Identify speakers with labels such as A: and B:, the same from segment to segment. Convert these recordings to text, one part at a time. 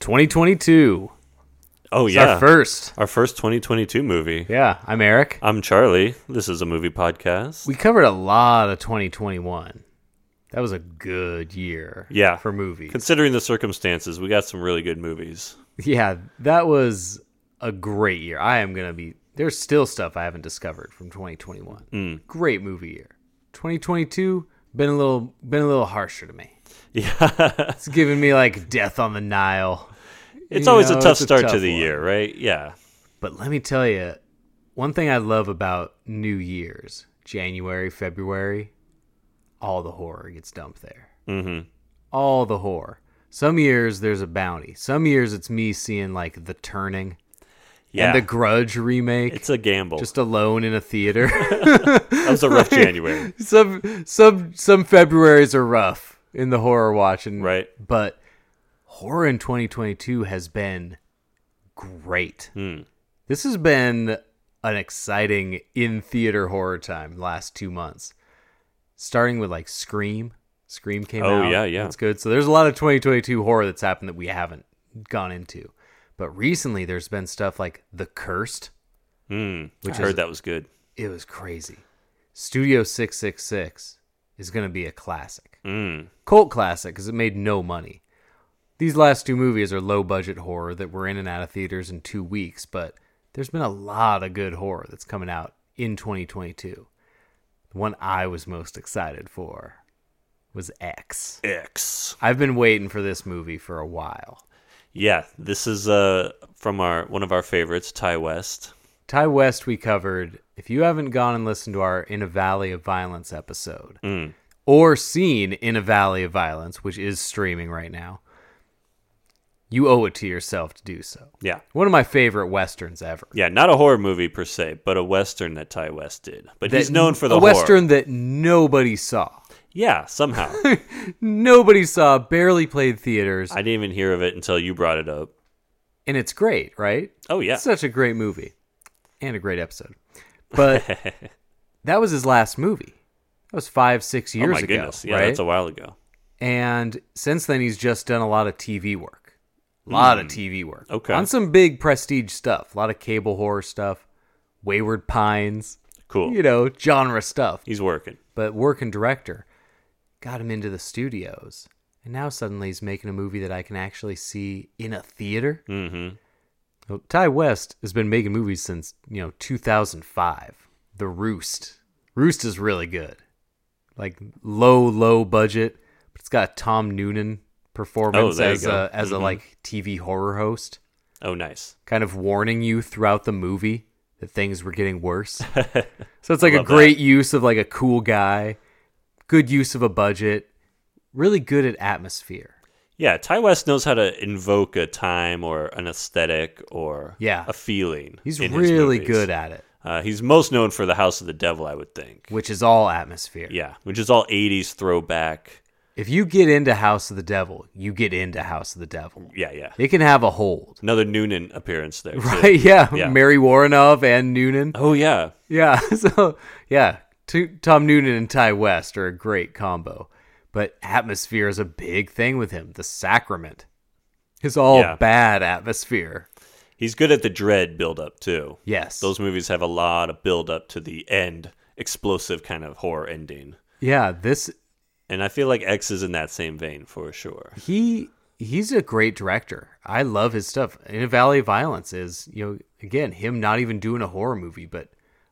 A: 2022.
B: Oh,
A: It's
B: yeah.
A: Our first.
B: Our first 2022 movie.
A: Yeah, I'm Eric.
B: I'm Charlie. This is a movie podcast.
A: We covered a lot of 2021. That was a good year.
B: yeah.
A: For movies.
B: Considering the circumstances, we got some really good movies.
A: yeah, that was a great year. I am going to be. There's still stuff I haven't discovered from 2021.
B: Mm.
A: Great movie year. 2022 been a little been a little harsher to me.
B: Yeah.
A: It's giving me like Death on the Nile.
B: it's
A: You
B: always
A: know,
B: a tough
A: it's a
B: start to
A: tough
B: the
A: one.
B: year, right? Yeah.
A: But let me tell you, one thing I love about New Year's, January, February, all the horror gets dumped there.
B: Mm
A: All the horror. Some years there's a bounty. Some years it's me seeing like The Turning
B: Yeah.
A: and The Grudge remake,
B: it's a gamble.
A: just alone in a theater.
B: that was a rough January.
A: some some some Februarys are rough in the horror watching,
B: Right.
A: But horror in 2022 has been great.
B: Hmm.
A: This has been an exciting in theater horror time last two months, starting with like Scream. Scream came
B: Oh,
A: out.
B: yeah, yeah.
A: That's good. So there's a lot of 2022 horror that's happened that we haven't gone into. But recently, there's been stuff like The Cursed.
B: Mm,
A: Which
B: which I
A: is-
B: heard that was good.
A: It was crazy. Studio 666 is going to be a classic.
B: Mm.
A: Cult classic because it made no money. These last two movies are low budget horror that were in and out of theaters in two weeks, but there's been a lot of good horror that's coming out in 2022. The one I was most excited for was X.
B: X.
A: I've been waiting for this movie for a while.
B: Yeah, this is uh from our one of our favorites, Ty West.
A: Ty West, we covered. If you haven't gone and listened to our In a Valley of Violence episode,
B: Mm.
A: or seen in a valley of violence, which is streaming right now, you owe it to yourself to do so.
B: Yeah.
A: One of my favorite westerns ever.
B: Yeah, not a horror movie per se, but a western that Ty West did. But he's
A: That-
B: known for the
A: a
B: horror.
A: western that nobody saw.
B: Yeah, somehow.
A: Nobody saw, barely played theaters,
B: I didn't even hear of it until you brought it up.
A: and it's great, right?
B: Oh yeah.
A: Such a great movie and a great episode. But that was his last movie. That was 5 6 years
B: oh my
A: ago,
B: goodness. Yeah,
A: right?
B: that's a while ago.
A: and since then he's just done a lot of TV work. A lot of TV work.
B: Hmm. Okay.
A: On some big prestige stuff, a lot of cable horror stuff, Wayward Pines,
B: Cool.
A: you know, genre stuff.
B: He's working.
A: But working director got him into the studios. And now suddenly he's making a movie that I can actually see in a theater.
B: Mm-hmm.
A: Well, Ty West has been making movies since, you know, 2005. The Roost. Roost is really good. Like low, low budget, but it's got Tom Noonan performance
B: Oh, there you
A: as
B: go.
A: a as a
B: Mhm.
A: like TV horror host,
B: Oh nice.
A: kind of warning you throughout the movie that things were getting worse. so it's like
B: I
A: a
B: love
A: great use of like a cool guy, good use of a budget, really good at atmosphere.
B: Yeah, Ty West knows how to invoke a time or an aesthetic or
A: Yeah.
B: a feeling.
A: He's
B: in his
A: really
B: movies.
A: good at it,
B: Uh, he's most known for The House of the Devil, I would think.
A: which is all atmosphere.
B: Yeah, which is all 80s throwback.
A: If you get into House of the Devil, you get into House of the Devil.
B: Yeah, yeah.
A: It can have a hold.
B: Another Noonan appearance there. too.
A: Right? Yeah.
B: Yeah.
A: Mary Warrenov and Noonan.
B: Oh, yeah.
A: Yeah. So, yeah. Two, Tom Noonan and Ty West are a great combo. But atmosphere is a big thing with him. The sacrament is all
B: Yeah.
A: bad atmosphere.
B: He's good at the dread buildup, too.
A: Yes.
B: Those movies have a lot of buildup to the end, explosive kind of horror ending.
A: yeah. This,
B: And I feel like X is in that same vein for sure.
A: he, he's a great director. I love his stuff. In a Valley of Violence is, you know, again, him not even doing a horror movie, but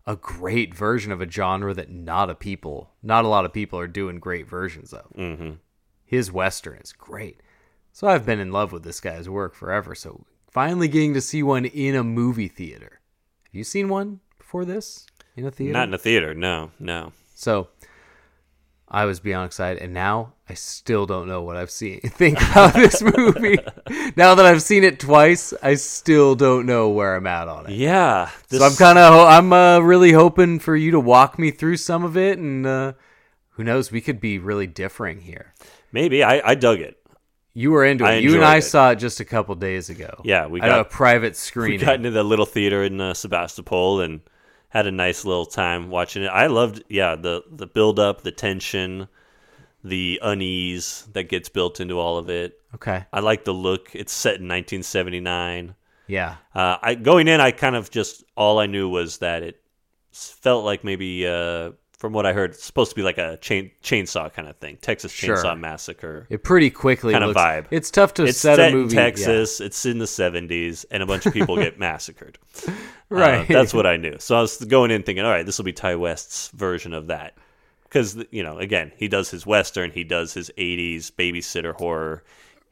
A: a great version of a genre that not a people, not a lot of people are doing great versions of.
B: Mm-hmm.
A: his western is great. So I've been in love with this guy's work forever. So finally getting to see one in a movie theater. Have you seen one before this in a theater?
B: Not in a theater. No, no.
A: so I was beyond excited, and now I still don't know what I've seen. Think about this movie. now that I've seen it twice, I still don't know where I'm at on it.
B: Yeah. This,
A: So I'm kind of ho- I'm uh, really hoping for you to walk me through some of it, and uh, who knows, we could be really differing here.
B: maybe I, I dug it.
A: You were into
B: I
A: it. You and
B: enjoyed
A: I
B: it.
A: saw it just a couple days ago.
B: Yeah, we
A: at
B: got-
A: a private
B: We
A: screening.
B: got into the little theater in uh, Sebastopol and had a nice little time watching it. I loved, yeah, the the build up, the tension, the unease that gets built into all of it.
A: okay.
B: I like the look. It's set in 1979.
A: Yeah.
B: Uh, I going in, I kind of just all I knew was that it s- felt like maybe, uh, from what I heard, it's supposed to be like a chain chainsaw kind of thing, Texas
A: Sure.
B: Chainsaw Massacre.
A: It pretty quickly
B: Kinda
A: looks,
B: vibe.
A: It's tough to
B: It's
A: set
B: set
A: a movie.
B: in
A: yeah.
B: Texas. It's in the 70s, and a bunch of people get massacred. Uh,
A: Right.
B: that's what I knew. So I was going in thinking, all right, this will be Ty West's version of that. Because, you know, again, he does his Western, he does his 80s babysitter horror.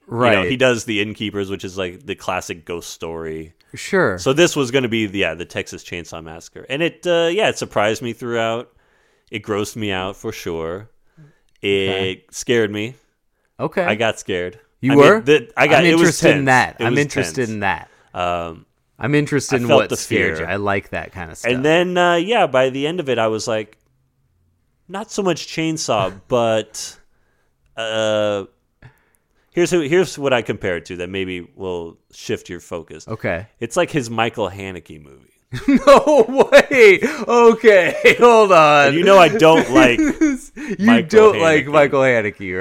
A: Right.
B: You know, he does The Innkeepers, which is like the classic ghost story.
A: Sure.
B: So this was going to be the, yeah the Texas Chainsaw Massacre, and it uh, yeah it surprised me throughout. It grossed me out for sure. It
A: Okay.
B: scared me.
A: okay.
B: I got scared.
A: You
B: I mean,
A: were.
B: the- I got
A: am
B: it was
A: interested in
B: tense.
A: that.
B: It
A: I'm
B: was
A: interested
B: tense.
A: in that.
B: Um,
A: I'm interested
B: I
A: in
B: felt
A: what
B: the
A: scared
B: fear.
A: you. I like that kind of stuff.
B: and then uh, yeah, by the end of it, I was like, not so much chainsaw, but uh, here's who, here's what I compare it to that maybe will shift your focus.
A: okay.
B: It's like his Michael Haneke movie.
A: No way. Okay, hold on.
B: And you know I don't like,
A: you
B: Michael
A: don't like
B: Haneke.
A: Michael Haneke,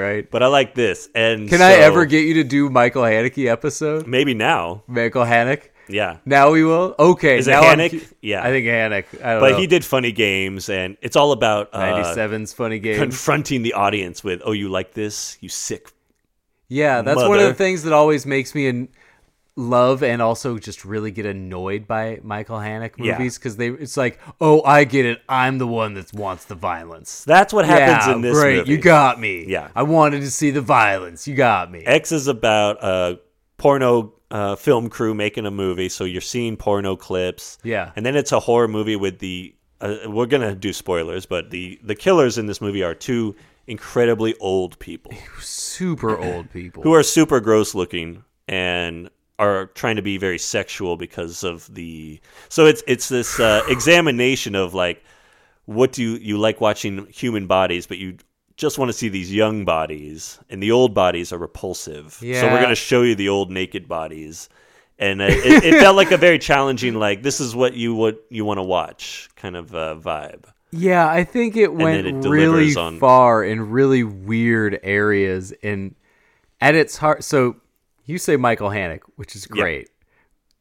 A: right?
B: but I like this. And
A: Can I
B: so-
A: ever get you to do Michael Haneke episode?
B: Maybe now,
A: Michael Haneke.
B: yeah.
A: Now we will. Okay.
B: Is it
A: now I'm
B: Haneke?
A: cu-
B: Yeah.
A: I think Haneke. I don't
B: But
A: know.
B: he did funny games, and it's all about uh,
A: 97's funny game.
B: confronting the audience with, "Oh, you like this? You sick?"
A: yeah, that's one of the
B: mother.
A: things that always makes me an- love and also just really get annoyed by Michael Haneke
B: Yeah.
A: movies because they it's like, oh, I get it. I'm the one that wants the violence.
B: That's what happens
A: yeah,
B: in this
A: great.
B: movie.
A: You got me.
B: Yeah. Eh.
A: I wanted to see the violence. You got me.
B: X is about a porno uh, film crew making a movie, so you're seeing porno clips.
A: Yeah.
B: and then it's a horror movie with the. Uh, we're gonna do spoilers, but the the killers in this movie are two incredibly old people
A: Super old people.
B: who are super gross looking and are trying to be very sexual because of the so it's it's this uh, examination of like what do you you like watching human bodies but you just want to see these young bodies and the old bodies are repulsive so
A: Yeah.
B: we're going to show you the old naked bodies and uh, it, it felt like a very challenging like this is what you what you want to watch kind of uh, vibe
A: Yeah, I think it went
B: then it
A: really
B: delivers on-
A: far in really weird areas. And at its heart, so you say Michael Haneke, which is great.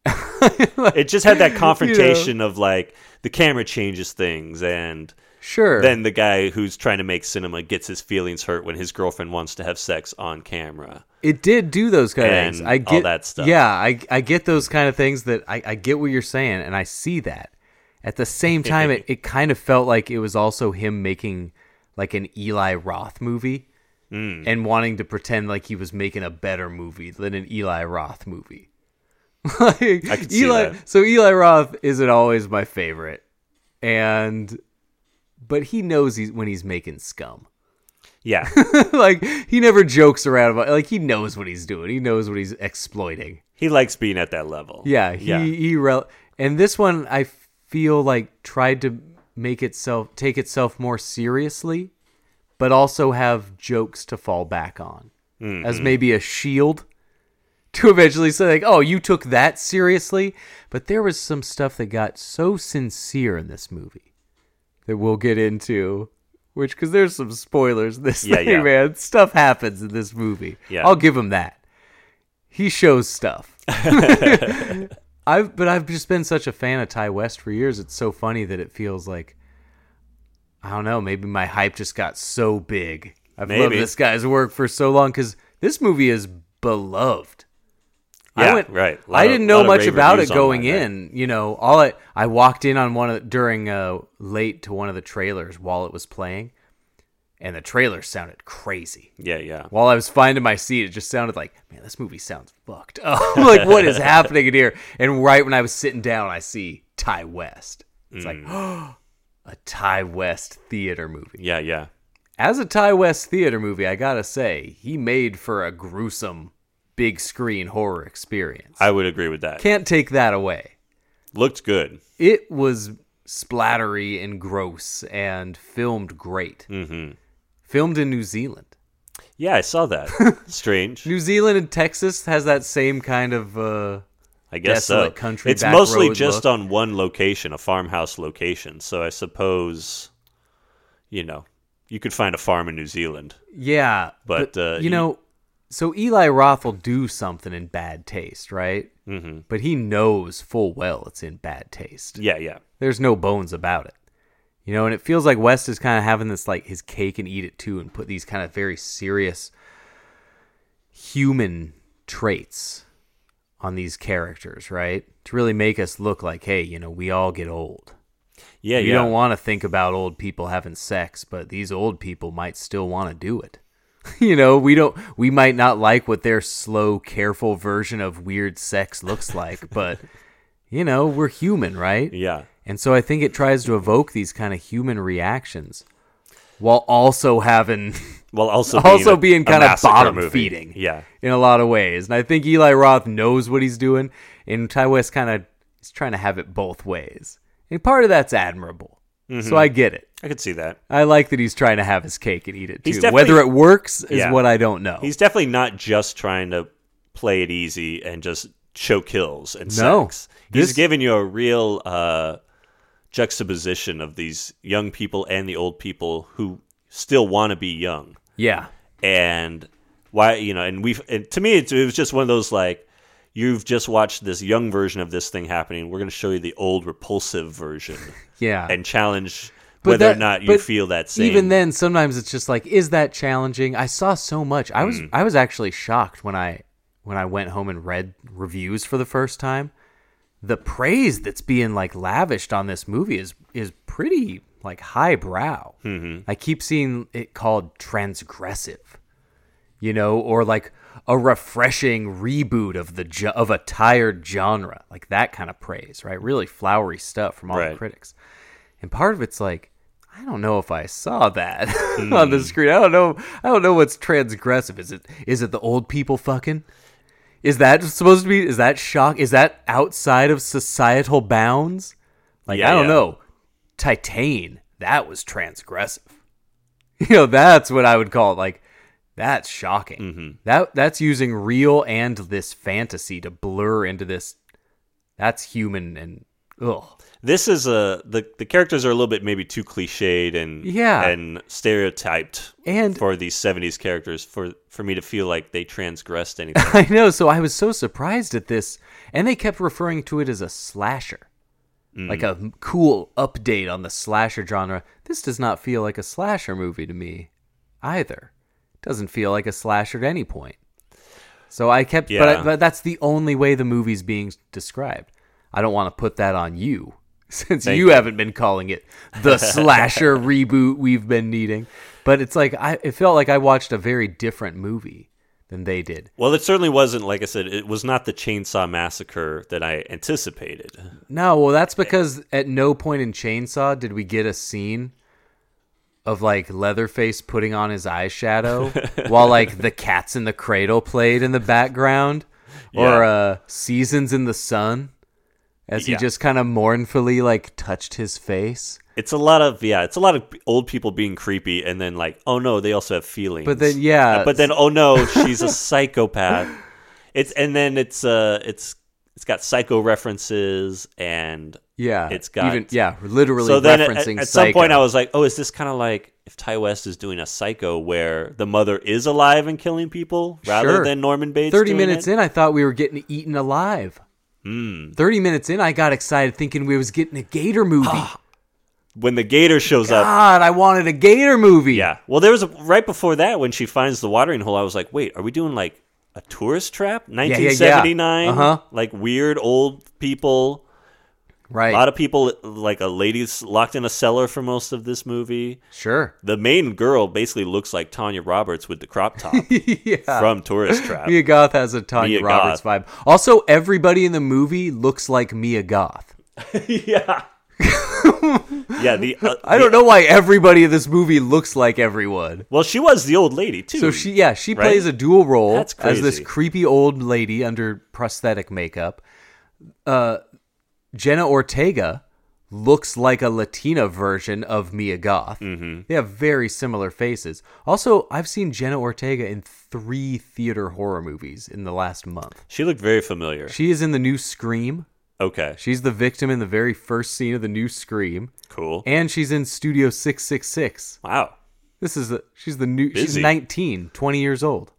B: it just had that confrontation of like the camera changes things and
A: Sure.
B: then the guy who's trying to make cinema gets his feelings hurt when his girlfriend wants to have sex on camera.
A: it did do those kind of things.
B: And
A: I
B: all
A: get
B: that stuff.
A: Yeah, I I get those kind of things that I, I get what you're saying, and I see that. At the same time, it, it kind of felt like it was also him making like an Eli Roth movie
B: Hmm.
A: and wanting to pretend like he was making a better movie than an Eli Roth movie. like,
B: could see
A: Eli,
B: that.
A: so Eli Roth isn't always my favorite, and but he knows he's when he's making scum
B: Yeah.
A: like he never jokes around about like he knows what he's doing he knows what he's exploiting
B: he likes being at that level.
A: yeah he he re- and this one i feel like tried to make itself take itself more seriously but also have jokes to fall back on
B: Mm-hmm.
A: as maybe a shield to eventually say like oh you took that seriously but there was some stuff that got so sincere in this movie that we'll get into which because there's some spoilers in this
B: Yeah,
A: thing
B: yeah.
A: man stuff happens in this movie
B: Yeah.
A: i'll give him that he shows stuff i've but i've just been such a fan of ty west for years it's so funny that it feels like i don't know maybe my hype just got so big i've loved
B: Maybe.
A: this guy's work for so long because this movie is beloved I
B: Yeah,
A: went
B: right. Lot
A: I
B: of-
A: didn't
B: lot
A: know
B: of
A: much
B: rave
A: about it
B: reviews
A: going
B: online, right?
A: in. You know, all I I walked in on one of the, during uh, late to one of the trailers while it was playing, and the trailer sounded crazy.
B: Yeah, yeah.
A: While I was finding my seat, it just sounded like, man, this movie sounds fucked up. like, what is happening in here? And right when I was sitting down, I see Ty West. It's like, a Ty West theater movie.
B: Yeah, yeah.
A: As a Ty West theater movie, I gotta say, he made for a gruesome big screen horror experience.
B: I would agree with that.
A: Can't take that away.
B: Looked good.
A: It was splattery and gross and filmed great.
B: hmm
A: Filmed in New Zealand.
B: Yeah, I saw that. Strange.
A: New Zealand and Texas has that same kind of uh,
B: I guess so.
A: desolate country
B: it's
A: back
B: mostly
A: road
B: just
A: look.
B: on one location, a farmhouse location. So I suppose, you know, you could find a farm in New Zealand.
A: yeah.
B: But, uh,
A: you
B: you-
A: know, so Eli Roth will do something in bad taste, right?
B: hmm
A: But he knows full well it's in bad taste.
B: Yeah, yeah.
A: There's no bones about it. You know, and it feels like West is kind of having this like his cake and eat it too and put these kind of very serious human traits on these characters, right? To really make us look like, hey, you know, we all get old.
B: Yeah,
A: you
B: yeah.
A: don't want to think about old people having sex, but these old people might still want to do it. you know, we don't we might not like what their slow, careful version of weird sex looks like, but you know, we're human, right?
B: yeah.
A: And so I think it tries to evoke these kind of human reactions while also having
B: Well, also
A: also
B: a-
A: being
B: a
A: kind of
B: massacre
A: bottom
B: movie.
A: feeding
B: Yeah,
A: in a lot of ways. And I think Eli Roth knows what he's doing, and Ty West kind of is trying to have it both ways. And part of that's admirable.
B: Mm-hmm.
A: So I get it.
B: I could see that.
A: I like that he's trying to have his cake and eat it
B: He's
A: too.
B: definitely-
A: Whether it works is
B: Yeah.
A: what I don't know.
B: He's definitely not just trying to play it easy and just show kills and
A: No.
B: sex. He's
A: This-
B: giving you a real uh, juxtaposition of these young people and the old people who still want to be young.
A: yeah.
B: and why you know and we've and to me it, it was just one of those like you've just watched this young version of this thing happening we're going to show you the old repulsive version
A: Yeah.
B: and challenge
A: But
B: whether or
A: that-
B: not you
A: but
B: feel that same
A: Even then, sometimes it's just like, is that challenging? I saw so much. I
B: Mm.
A: was I was actually shocked when I when I went home and read reviews for the first time. The praise that's being like lavished on this movie is is pretty like highbrow. I keep seeing it called transgressive, you know, or like a refreshing reboot of the ge- of a tired genre, like that kind of praise, right? Really flowery stuff from all the
B: Right.
A: critics. And part of it's like, I don't know if I saw that on
B: Hmm.
A: the screen. I don't know. I don't know what's transgressive. Is it is it the old people fucking? Is that supposed to be? Is that shock? Is that outside of societal bounds? Like
B: Yeah,
A: I don't
B: yeah.
A: know. Titan that was transgressive. You know that's what I would call it. Like that's shocking.
B: Mm-hmm.
A: That that's using real and this fantasy to blur into this. That's human and ugh.
B: this is a the, the characters are a little bit maybe too cliched and
A: Yeah.
B: and stereotyped
A: And-
B: for these 70s characters for for me to feel like they transgressed anything
A: I know. So I was so surprised at this, and they kept referring to it as a slasher, like a
B: Mm.
A: m- cool update on the slasher genre. This does not feel like a slasher movie to me, either. Doesn't feel like a slasher at any point. So I kept, but, I,
B: Yeah.
A: but that's the only way the movie's being described. I don't want to put that on you, since
B: Thank
A: you,
B: you.
A: haven't been calling it the slasher reboot we've been needing. But it's like I, it felt like I watched a very different movie than they did.
B: well it certainly wasn't like i said it was not the chainsaw massacre that i anticipated
A: No, well, that's because at no point in Chainsaw did we get a scene of like Leatherface putting on his eyeshadow while like the Cats in the Cradle played in the background or
B: Yeah.
A: uh, Seasons in the Sun as he
B: Yeah.
A: just kind of mournfully like touched his face.
B: It's a lot of yeah, it's a lot of p- old people being creepy, and then like, oh no, they also have feelings.
A: But then, yeah.
B: Uh, but then oh no, she's a psychopath. It's and then it's uh, it's it's got psycho references, and
A: Yeah,
B: It's got-
A: even yeah, literally
B: so then at,
A: referencing.
B: at some point
A: Psycho.
B: I was like, oh, is this kind of like if Ty West is doing a Psycho where the mother is alive and killing people rather
A: Sure.
B: than Norman Bates?
A: 30
B: doing
A: minutes
B: it? Hmm.
A: in, I thought we were getting eaten alive. 30 minutes in, I got excited thinking we was getting a Gator movie.
B: when the gator shows up.
A: God, I wanted a Gator movie.
B: Yeah. Well, there was a, right before that when she finds the watering hole. I was like, wait, are we doing like a tourist trap?
A: yeah.
B: 1979,
A: Uh-huh.
B: like weird old people.
A: right.
B: A lot of people, like a lady's locked in a cellar for most of this movie.
A: sure.
B: The main girl basically looks like Tanya Roberts with the crop top
A: yeah.
B: from Tourist Trap.
A: Mia Goth has a Tanya
B: Mia
A: Roberts
B: Goth.
A: vibe. Also, everybody in the movie looks like Mia Goth.
B: yeah. Yeah, the uh,
A: I
B: the-
A: don't know why everybody in this movie looks like everyone.
B: Well, she was the old lady too.
A: So she, yeah, she
B: right?
A: plays a dual role
B: That's
A: as this
B: crazy.
A: creepy old lady under prosthetic makeup. Uh, Jenna Ortega looks like a Latina version of Mia Goth.
B: Mm-hmm.
A: They have very similar faces. Also, I've seen Jenna Ortega in three theater horror movies in the last month.
B: She looked very familiar.
A: She is in the new Scream.
B: okay,
A: She's the victim in the very first scene of the new Scream,
B: cool.
A: and she's in Studio 666.
B: wow,
A: This is the, she's the new she's
B: Busy.
A: 19, 20 years old.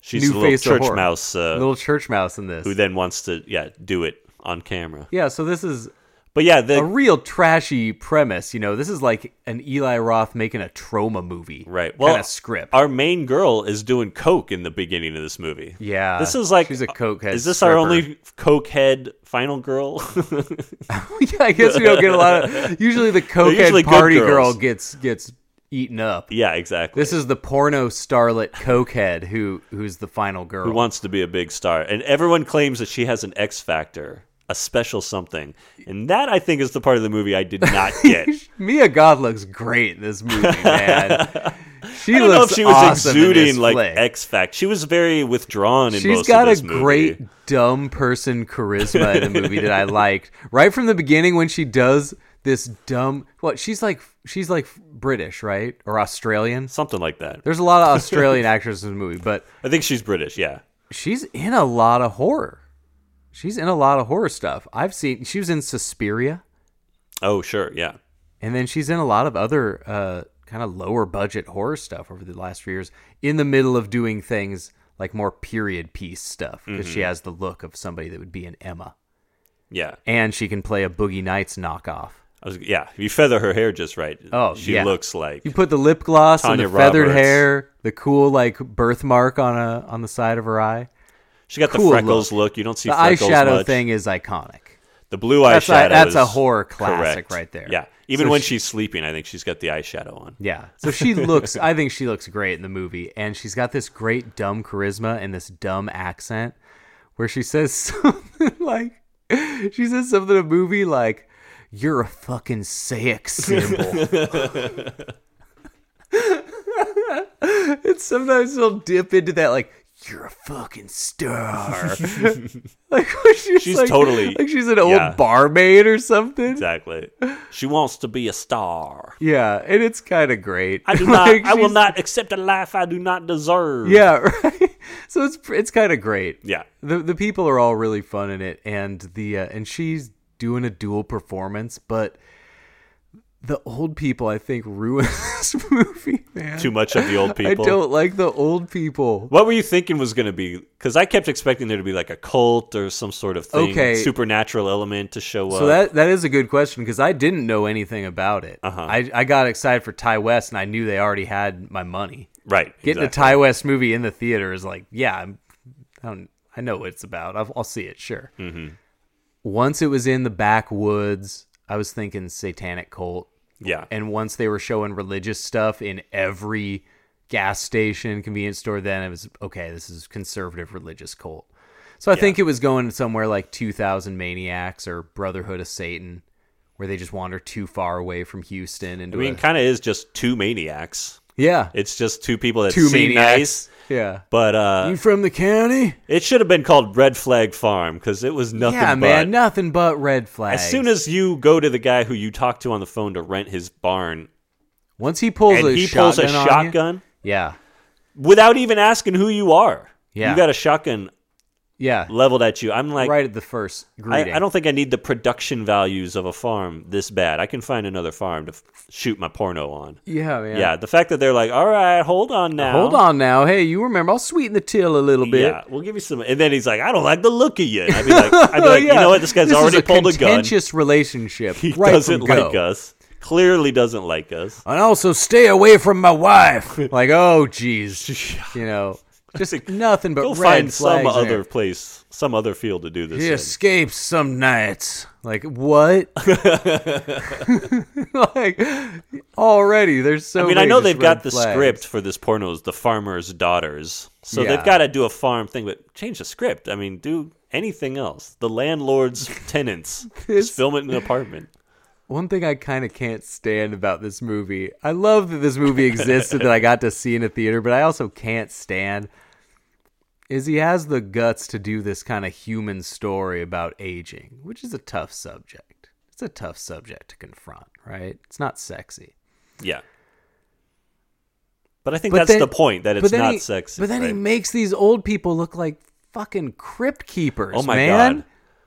B: she's
A: new
B: a little
A: face of
B: church
A: horror.
B: mouse uh,
A: little church mouse in this.
B: who then wants to yeah do it on camera.
A: yeah, so this is
B: But yeah,
A: a
B: the
A: real trashy premise. You know, this is like an Eli Roth making a trauma movie,
B: right well
A: kind of script.
B: Our main girl is doing coke in the beginning of this movie.
A: yeah,
B: This is like
A: she's a cokehead.
B: Is this
A: stripper.
B: our only coke head final girl?
A: yeah, I guess we don't get a lot of. Usually, the
B: usually
A: cokehead
B: good
A: party girl
B: girls.
A: gets gets eaten up.
B: yeah, exactly.
A: This is the porno starlet cokehead who who's the final girl.
B: who wants to be a big star, and everyone claims that she has an X factor, a special something, and that I think is the part of the movie I did not get.
A: Mia God looks great in this movie, man. She
B: I don't
A: looks
B: know if she was
A: awesome in this
B: exuding like
A: flick.
B: X fact. She was very withdrawn in
A: She's
B: most of
A: got
B: this
A: a
B: movie.
A: great dumb person charisma in the movie that I liked. Right from the beginning when she does this dumb what she's like she's like British, right? Or Australian.
B: something like that.
A: There's a lot of Australian actors in the movie, but
B: I think she's British. Yeah,
A: she's in a lot of horror. She's in a lot of horror stuff. I've seen she was in Suspiria
B: Oh, sure. Yeah.
A: and then she's in a lot of other uh kind of lower budget horror stuff over the last few years in the middle of doing things like more period piece stuff because
B: Mm-hmm.
A: she has the look of somebody that would be an Emma.
B: Yeah.
A: and she can play a Boogie Nights knockoff.
B: I was, yeah. If you feather her hair just right,
A: Oh,
B: she
A: yeah.
B: looks like.
A: You put the lip gloss
B: Tanya
A: and the feathered
B: Roberts.
A: hair, the cool like birthmark on a on the side of her eye.
B: she got the
A: cool
B: freckles look. You don't see
A: The
B: freckles
A: eyeshadow
B: much.
A: thing is iconic.
B: The blue
A: That's a-
B: eyeshadow.
A: that's a
B: is
A: horror classic
B: correct.
A: right there.
B: Yeah. Even
A: So
B: when
A: she-
B: she's sleeping, I think she's got the eyeshadow on.
A: Yeah. So she looks I think she looks great in the movie and she's got this great dumb charisma and this dumb accent where she says something like she says something in a movie like you're a fucking sex symbol. and sometimes they'll dip into that like you're a fucking star. like when she's,
B: She's
A: like-
B: totally-
A: like she's an old
B: yeah.
A: barmaid or something.
B: Exactly. she wants to be a star.
A: Yeah, and it's kind of great.
B: I do not.
A: Like,
B: I will
A: she's-
B: not accept a life I do not deserve.
A: Yeah, right. So it's it's kind of great.
B: Yeah.
A: The the people are all really fun in it, and the uh, and she's doing a dual performance, but the old people I think ruin this movie, man.
B: Too much of the old people.
A: I don't like the old people.
B: What were you thinking was going to be? Because I kept expecting there to be like a cult or some sort of thing,
A: Okay.
B: supernatural element to show up.
A: So that that is a good question because I didn't know anything about it.
B: Uh-huh.
A: I I got excited for Ty West, and I knew they already had my money.
B: right,
A: Getting
B: exactly.
A: a Ty West movie in the theater is like, yeah, I'm, I don't, I know what it's about. I'll, I'll see it, sure.
B: Mm-hmm.
A: Once it was in the backwoods, I was thinking satanic cult,
B: yeah,
A: and once they were showing religious stuff in every gas station, convenience store, then it was okay. This is conservative religious cult. So I think it was going somewhere like 2,000 Maniacs or Brotherhood of Satan, where they just wander too far away from Houston
B: I
A: into
B: mean,
A: a,
B: kind of is just two maniacs.
A: yeah,
B: It's just two people that
A: two
B: seem
A: maniacs,
B: nice,
A: yeah.
B: but uh,
A: you from the county?
B: it should have been called Red Flag Farm because it was nothing.
A: yeah,
B: but.
A: man, nothing but red flags.
B: as soon as you go to the guy who you talk to on the phone to rent his barn,
A: once he pulls
B: and
A: a
B: he pulls
A: shotgun,
B: a
A: on you-
B: shotgun
A: yeah,
B: without even asking who you are,
A: Yeah.
B: you got a shotgun
A: yeah,
B: leveled at you. I'm like,
A: right at the first greeting.
B: I, I don't think I need the production values of a farm this bad. I can find another farm to f- shoot my porno on.
A: Yeah, man.
B: Yeah. the fact that they're like, all right, hold on now.
A: Hold on now. Hey, you remember? I'll sweeten the till a little bit.
B: Yeah, we'll give you some. And then he's like, I don't like the look of you. And I'd be like, I'd be like you know what? This guy's already
A: Oh, is a
B: pulled a gun.
A: contentious relationship.
B: He
A: right
B: doesn't
A: from go.
B: like us. Clearly doesn't like us.
A: And also, stay away from my wife. like, oh, jeez, you know, just nothing but
B: Go
A: red
B: find some
A: flags
B: other
A: there.
B: place, some other field to do this.
A: He
B: in.
A: escapes some nights. Like what? like already there's so.
B: I mean, I
A: many
B: know
A: just
B: they've
A: red
B: got the
A: flags.
B: script for this porno is the farmer's daughters, so
A: Yeah.
B: they've got to do a farm thing, but change the script. I mean, do anything else. The landlord's tenants.
A: It's-
B: Just film it in an apartment.
A: one thing I kind of can't stand about this movie. I love that this movie existed that I got to see in a theater, but I also can't stand is he has the guts to do this kind of human story about aging, which is a tough subject. It's a tough subject to confront, right? It's not sexy.
B: Yeah. But I think
A: But
B: that's
A: then-
B: the point that
A: but
B: it's
A: then
B: not
A: he-
B: sexy.
A: But then he
B: right?
A: makes these old people look like fucking crypt keepers.
B: Oh my
A: man.
B: God.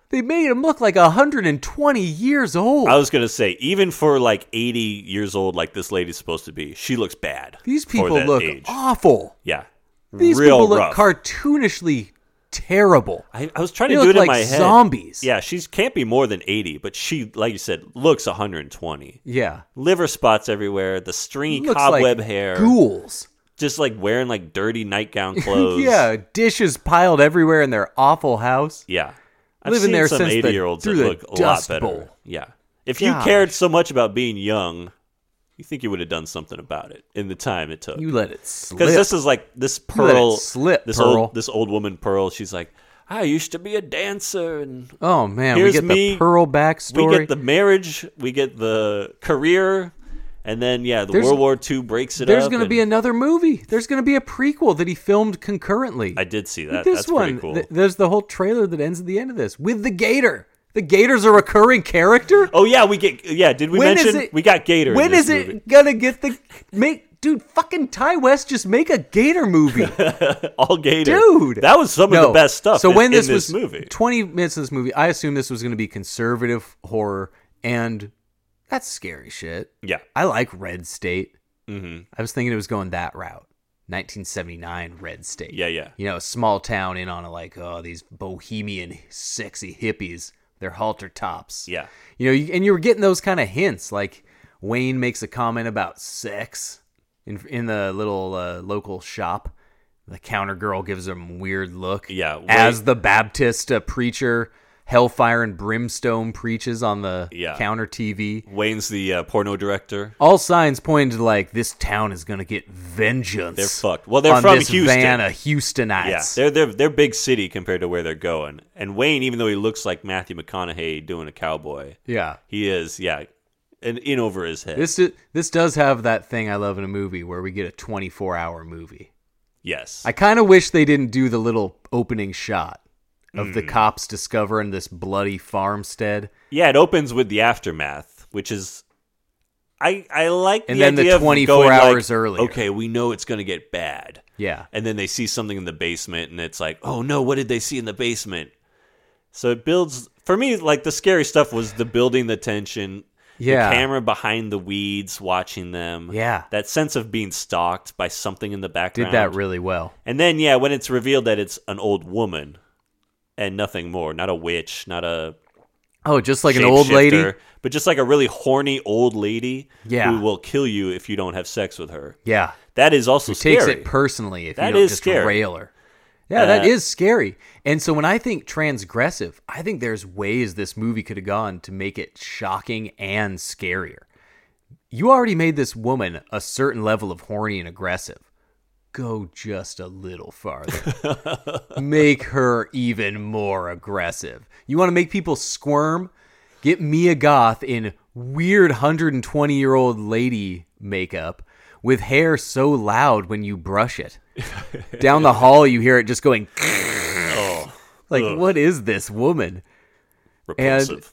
A: They made him look like 120 years old.
B: I was gonna say, even for like eighty years old, like this lady's supposed to be, she looks bad.
A: These
B: for
A: people
B: that
A: look
B: age.
A: awful.
B: yeah,
A: These
B: real
A: people look
B: rough.
A: cartoonishly terrible.
B: I, I was trying
A: They
B: to do
A: look
B: it in
A: like
B: my head.
A: zombies.
B: Yeah, she can't be more than eighty, but she, like you said, looks one hundred and twenty.
A: Yeah.
B: Liver spots everywhere, the stringy
A: Looks
B: cobweb
A: like
B: hair,
A: ghouls.
B: just like wearing like dirty nightgown clothes.
A: yeah, dishes piled everywhere in their awful house.
B: yeah. I've
A: Living
B: seen
A: there
B: some
A: since the-
B: eighty-year-olds that
A: through the
B: look a lot
A: Dust
B: better.
A: Bowl.
B: Yeah, if you
A: Gosh.
B: cared so much about being young, you think you would have done something about it in the time it took.
A: You let it slip.
B: because this is like this
A: You let it
B: pearl
A: slip,
B: this
A: Pearl.
B: old this old woman pearl she's like i used to be a dancer and
A: oh man, we
B: here's
A: get
B: me,
A: the Pearl backstory.
B: we get the marriage we get the career and then yeah the
A: There's-
B: world war ii breaks it
A: There's
B: up
A: going to
B: and
A: be another movie. There's going to be a prequel that he filmed concurrently.
B: i did see that
A: this
B: that's
A: one,
B: pretty cool
A: th- there's the whole trailer that ends at the end of this with the Gator. The Gator's a recurring character.
B: oh yeah we get yeah did we
A: When is
B: mention
A: it-
B: we got gator in
A: When
B: this
A: is it
B: movie.
A: gonna get the make? Dude, fucking Ty West just make a Gator movie,
B: all gator
A: dude.
B: that was some of
A: No.
B: the best stuff
A: So
B: in,
A: when this
B: in
A: was
B: movie
A: 20 minutes of this movie, I assumed this was gonna be conservative horror, and that's scary shit.
B: yeah
A: I like Red State.
B: hmm
A: I was thinking it was going that route. 1979 Red State.
B: yeah yeah
A: You know, a small town in on a like, oh, these bohemian sexy hippies, their halter tops.
B: yeah
A: You know, you, and you were getting those kind of hints. Like Wayne makes a comment about sex in in the little uh, local shop. The counter girl gives him a weird look.
B: Yeah, Wayne-
A: as the Baptist uh, preacher, hellfire and brimstone preaches on the
B: Yeah.
A: counter TV.
B: wayne's the uh, porno director
A: All signs pointed to like this town is gonna get vengeance.
B: They're fucked. Well, they're
A: on
B: from
A: this
B: Houston.
A: Van of Houstonites.
B: Yeah, they're they're they're big city compared to where they're going. And Wayne, even though he looks like Matthew McConaughey doing a cowboy,
A: yeah.
B: he is yeah, and in over his head.
A: This is, this does have that thing I love in a movie where we get a 24 hour movie.
B: yes,
A: I kind of wish they didn't do the little opening shot of
B: Hmm.
A: the cops discovering this bloody farmstead
B: yeah. It opens with the aftermath, which is. I, I like
A: And
B: the
A: then the
B: idea of
A: 24
B: going
A: hours
B: like,
A: earlier.
B: Okay, we know it's going to get bad.
A: Yeah.
B: And then they see something in the basement, and it's like, oh no, what did they see in the basement? So it builds for me. Like the scary stuff was the building the tension,
A: Yeah.
B: the camera behind the weeds watching them.
A: Yeah.
B: That sense of being stalked by something in the
A: did
B: background.
A: that really well.
B: And then yeah, when it's revealed that it's an old woman and nothing more, not a witch, not a
A: Oh, just like an old lady.
B: shapeshifter, but just like a really horny old lady
A: Yeah.
B: who will kill you if you don't have sex with her.
A: Yeah.
B: That is also scary.
A: Takes it personally if
B: That
A: you don't
B: is
A: just
B: scary.
A: rail her. Yeah, that
B: Uh,
A: is scary. And so when I think transgressive, I think there's ways this movie could have gone to make it shocking and scarier. You already made this woman a certain level of horny and aggressive. Go just a little farther. make her even more aggressive. You want to make people squirm? Get Mia Goth in weird 120 year old lady makeup with hair so loud when you brush it. Down the hall, you hear it just going.
B: Oh.
A: like, what is this woman?
B: Repulsive.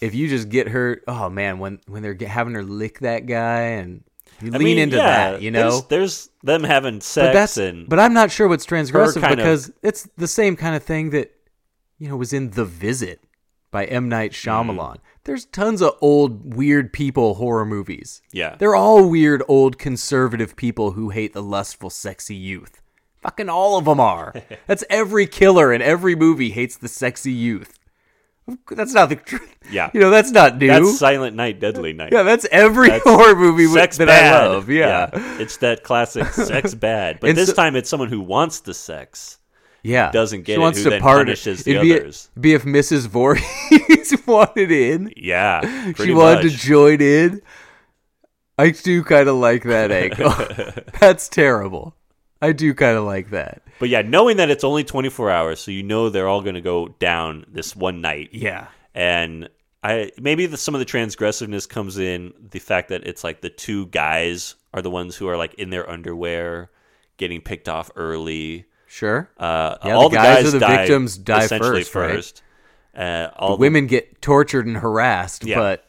A: If you just get her, oh man, when when they're get, having her lick that guy and you
B: I
A: lean
B: mean,
A: into
B: yeah,
A: that, you know.
B: there's- There's, them having sex
A: but that's
B: and
A: but I'm not sure what's transgressive
B: kind of-
A: because it's the same kind of thing that you know was in The Visit by M Night
B: Hmm.
A: Shyamalan. There's tons of old weird people horror movies.
B: yeah.
A: They're all weird old conservative people who hate the lustful sexy youth. Fucking all of them are. That's every killer in every movie hates the sexy youth. That's not the tr-
B: Yeah.
A: You know that's not new.
B: That's Silent Night, Deadly Night.
A: yeah, that's every
B: That's
A: horror movie wi-
B: sex
A: that
B: bad.
A: I love. Yeah. yeah.
B: it's that classic sex bad. But
A: And
B: this
A: so-
B: time, it's someone who wants the sex. doesn't get
A: she
B: it,
A: wants
B: who
A: to
B: then
A: part
B: punishes the
A: It'd be,
B: others.
A: be if Mrs. Voorhees wanted in.
B: Yeah,
A: she
B: pretty
A: wanted to
B: much.
A: join in. I do kind of like that angle. That's terrible. I do kind of like that.
B: But yeah, knowing that it's only 24 hours, so you know they're all going to go down this one night.
A: Yeah.
B: And I maybe the, some of the transgressiveness comes in the fact that it's like the two guys are the ones who are like in their underwear, getting picked off early.
A: Sure.
B: Uh,
A: Yeah,
B: all
A: the
B: the
A: guys
B: guys,
A: are the
B: die
A: victims die
B: essentially
A: first, right?
B: first. Uh, all the-
A: Women get tortured and harassed,
B: Yeah.
A: but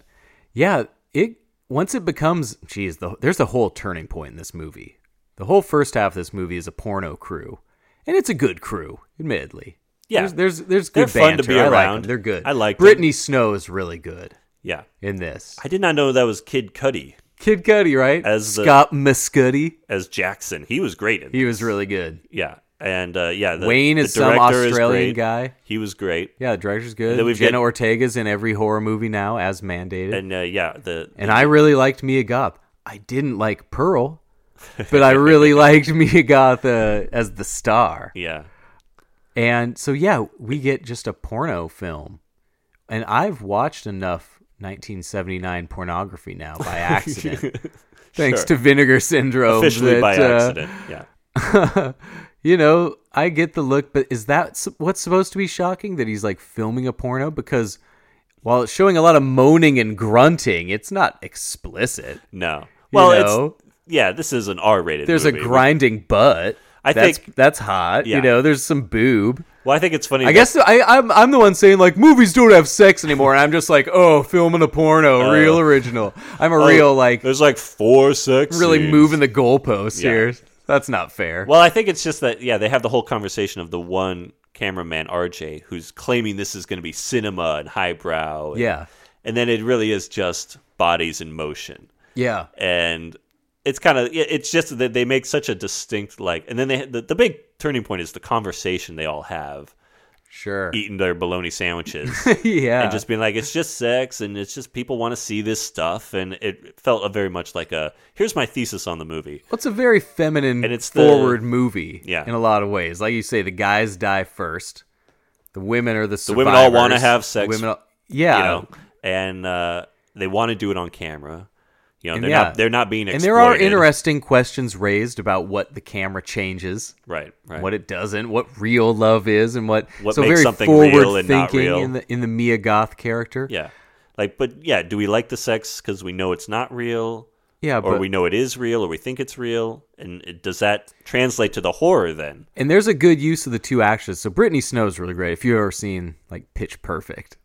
A: yeah, it once it becomes geez, the, there's a whole turning point in this movie. The whole first half of this movie is a porno crew, and it's a good crew, admittedly.
B: Yeah.
A: there's there's, there's
B: They're
A: good
B: fun to
A: banter.
B: be
A: I like
B: around.
A: them. They're good.
B: I like them.
A: Brittany Snow is really good
B: yeah,
A: in this.
B: I did not know that was Kid Cudi
A: Kid Cudi, right?
B: As the-
A: Scott Muscudi,
B: as Jackson. He was great. In
A: he was really good.
B: yeah, and uh, yeah, the,
A: Wayne
B: the
A: is some
B: director is
A: Australian
B: great.
A: guy.
B: He was great,
A: Yeah, the director's good.
B: Then we've
A: Jenna
B: got-
A: Ortega's in every horror movie now, as mandated.
B: and
A: And,
B: uh, yeah, the
A: I really liked Mia Goth. I didn't like Pearl, but I really liked Mia Goth uh, as the star.
B: yeah,
A: And so, yeah, we get just a porno film. And I've watched enough 1979 pornography now by accident, thanks to Vinegar Syndrome.
B: officially
A: that,
B: by
A: uh,
B: accident. Yeah,
A: you know, I get the look, but is that s- what's supposed to be shocking that he's like filming a porno? Because while it's showing a lot of moaning and grunting, it's not explicit.
B: no. Well,
A: know?
B: it's yeah. This is an R-rated.
A: There's
B: movie.
A: a grinding butt.
B: I
A: that's,
B: think-
A: that's hot.
B: Yeah.
A: You know, there's some boob.
B: Well, I think it's funny.
A: I
B: that-
A: guess I, I'm I'm the one saying like movies don't have sex anymore, and I'm just like, oh, filming a porno, real original. I'm a
B: oh,
A: real like
B: There's like four sex.
A: really
B: scenes.
A: moving the goalposts
B: Yeah.
A: here. That's not fair.
B: Well, I think it's just that yeah, they have the whole conversation of the one cameraman RJ who's claiming this is going to be cinema and highbrow. and-
A: yeah,
B: and then it really is just bodies in motion,
A: yeah.
B: and it's kind of it's just that they make such a distinct like, and then they the, the big turning point is the conversation they all have
A: Sure.
B: eating their bologna sandwiches.
A: yeah.
B: and just being like it's just sex and it's just people want to see this stuff and it felt a very much like a here's my thesis on the movie
A: Well, it's a very feminine
B: And it's the-
A: forward movie
B: Yeah.
A: in a lot of ways. Like you say, the guys die first. The women are the survivors.
B: women all wanna have sex,
A: Women all- yeah.
B: you know and uh, they want to do it on camera you know
A: And
B: they're
A: yeah.
B: not they're not being
A: and there are
B: exploited.
A: interesting questions raised about what the camera changes,
B: right right
A: what it doesn't, what real love is, and what,
B: What
A: so
B: makes
A: very
B: something
A: forward
B: real and not
A: thinking
B: real.
A: in the in the Mia Goth character.
B: yeah like but yeah do we like the sex because we know it's not real
A: yeah
B: or
A: but,
B: we know it is real or we think it's real and it, does that translate to the horror then
A: and there's a good use of the two actresses. So Brittany Snow's really great. If you've ever seen like Pitch Perfect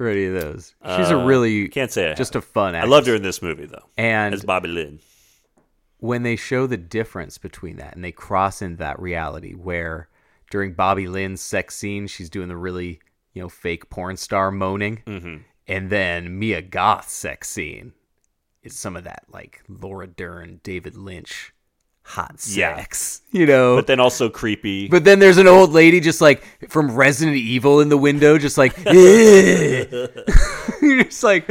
A: or any of those, she's a
B: Uh,
A: really
B: can't say I
A: just a
B: have.
A: fun.
B: i
A: Actress.
B: loved her in this movie though
A: And
B: as bobby lynn
A: when they show the difference between that and they cross into that reality where during Bobby Lynn's sex scene, she's doing the really, you know, fake porn star moaning.
B: Mm-hmm.
A: And then Mia Goth's sex scene is some of that like Laura Dern, David Lynch hot
B: Yeah.
A: sex, you know.
B: but then also creepy
A: But then there's an old lady just like from Resident Evil in the window, just like, "Ugh." You're just like,